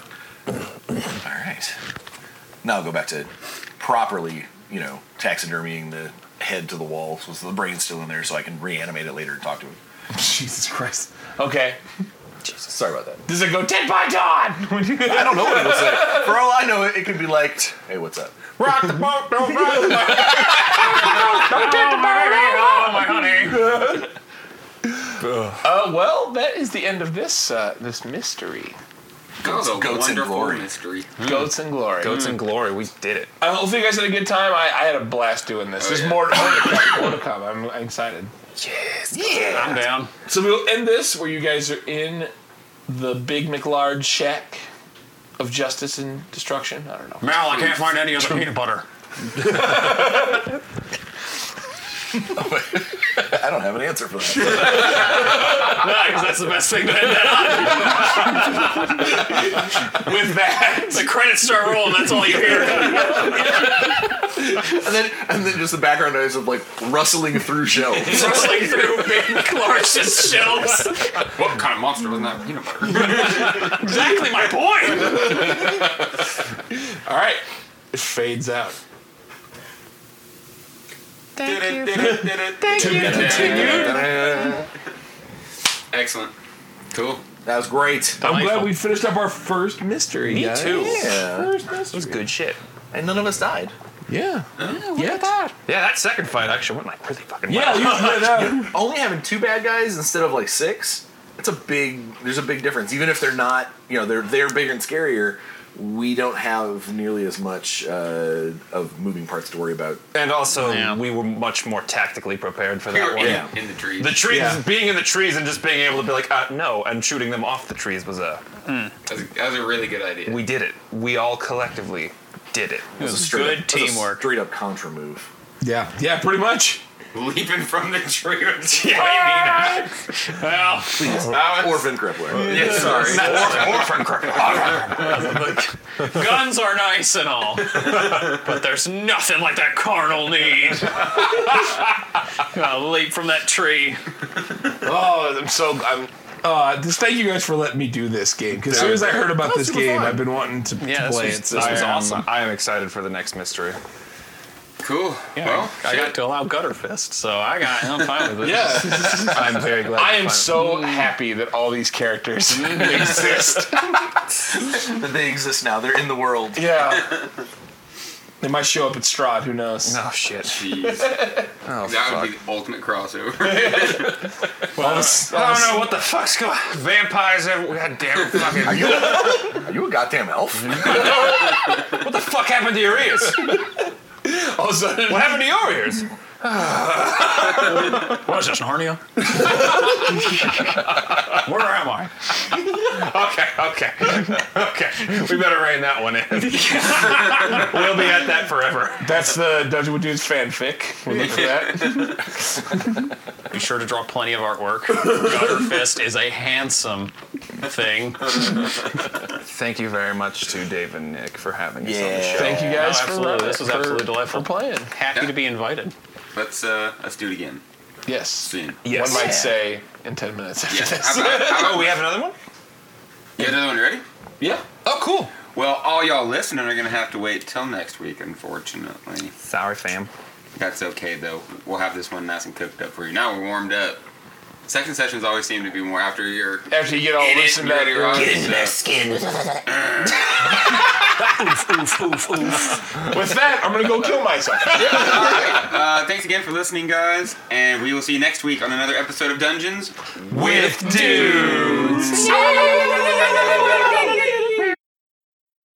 Now I'll go back to properly, you know, taxidermying the head to the wall so the brain's still in there so I can reanimate it later and talk to him.
Jesus Christ. Okay.
Sorry about that.
Does it go 10 by Don?
I don't know what it was like. For all I know, it could be like, hey, what's up?
Rock the boat, don't rock the boat.
Don't take the bird out.
my honey.
Uh, well, that is the end of this uh, this mystery.
Goats, a
goats in
wonderful
glory.
mystery.
Goats and glory.
Goats and glory, we did it.
I hope you guys had a good time. I, I had a blast doing this. There's
yeah.
more, more, to come, more to come. I'm, I'm excited.
I'm down.
So we'll end this where you guys are in the Big McLarge shack of justice and destruction. I don't know.
Mal, I can't find any other peanut butter.
I don't have an answer for that.
Nice. Ah, That's the best thing to end that on. With that, the credits start rolling. That's all you hear.
and then and then just the background noise of like rustling through shelves.
Rustling through Big Clark's shelves.
What kind of monster was that peanut butter?
Exactly my point.
All right. It fades out.
Excellent. Cool.
That was great.
I'm glad we finished up our first mystery. Me
too. Yeah.
First mystery.
It's good shit.
And none of us died.
Yeah. Yeah. Yeah.
Yeah, that second fight actually went like really fucking well.
Yeah. You did that.
Only having two bad guys instead of like six, that's a big there's a big difference. Even if they're not you know, they're they're bigger and scarier, we don't have nearly as much uh, of moving parts to worry about.
And also, we were much more tactically prepared for
We
that
were
one.
in, in the trees.
The trees, being in the trees and just being able to be like, uh, no, and shooting them off the trees was a.
That was, that was a really good idea.
We did it. We all collectively did it.
It was a
good
up, that was a
teamwork.
Straight up contra move.
yeah. Yeah. Pretty much.
Leaping from the tree.
Well,
Or Vin Crepware.
yeah, sorry.
guns are nice and all, but there's nothing like that carnal need. I'll leap from that tree.
Oh, I'm so. I'm. Uh, just thank you guys for letting me do this game. Because as soon as I heard about this game, I've been wanting to, to
Yeah, this
play
was-
it.
this
I
was
am-
awesome.
I am excited for the next mystery.
Cool. well,
I
shit.
got to allow gutter fist, so I got. I'm fine with it. Yeah.
I'm very glad.
I
to
am
find-
so
Mm.
happy that all these characters
Mm-hmm.
exist.
That they exist now. They're in the world.
Yeah. They might show up at Strahd, who knows?
Oh shit!
Jeez.
Oh,
that would be the ultimate crossover.
All this- all
I
this-
don't know what the fuck's going. Vampires everywhere. God damn it! Fucking.
Are you, are you a goddamn elf?
what the fuck happened to your ears?
all of a sudden-
What happened to your ears?
What is this, Narnia? Where am I?
Okay, okay, okay. We better rein that one in. we'll be at that forever.
That's the Dungeon with Dudes fanfic. We'll look for that.
Be sure to draw plenty of artwork. Gutter fist is a handsome thing.
Thank you very much to Dave and Nick for having us on
Yeah.
the show.
Thank you guys
No, Oh, absolutely.
for
This was absolutely delightful.
for playing.
Happy
Yeah.
to be invited.
let's uh, let's do it again
Yes.
soon.
One might say in 10 minutes after
Yeah.
this.
How about, how about
Oh,
we
we have another one?
get another one ready?
Yeah.
Oh, cool.
Well, all y'all listening are gonna have to wait till next week, unfortunately.
Sorry, fam.
That's okay though. We'll have this one nice and cooked up for you. Now we're warmed up. Second sessions always seem to be more after your
After you get all loosened up. you're-
Oof, oof, oof.
With that, I'm going to go kill myself.
Uh, thanks again for listening, guys, and we will see you next week on another episode of Dungeons
With dudes.
Dudes.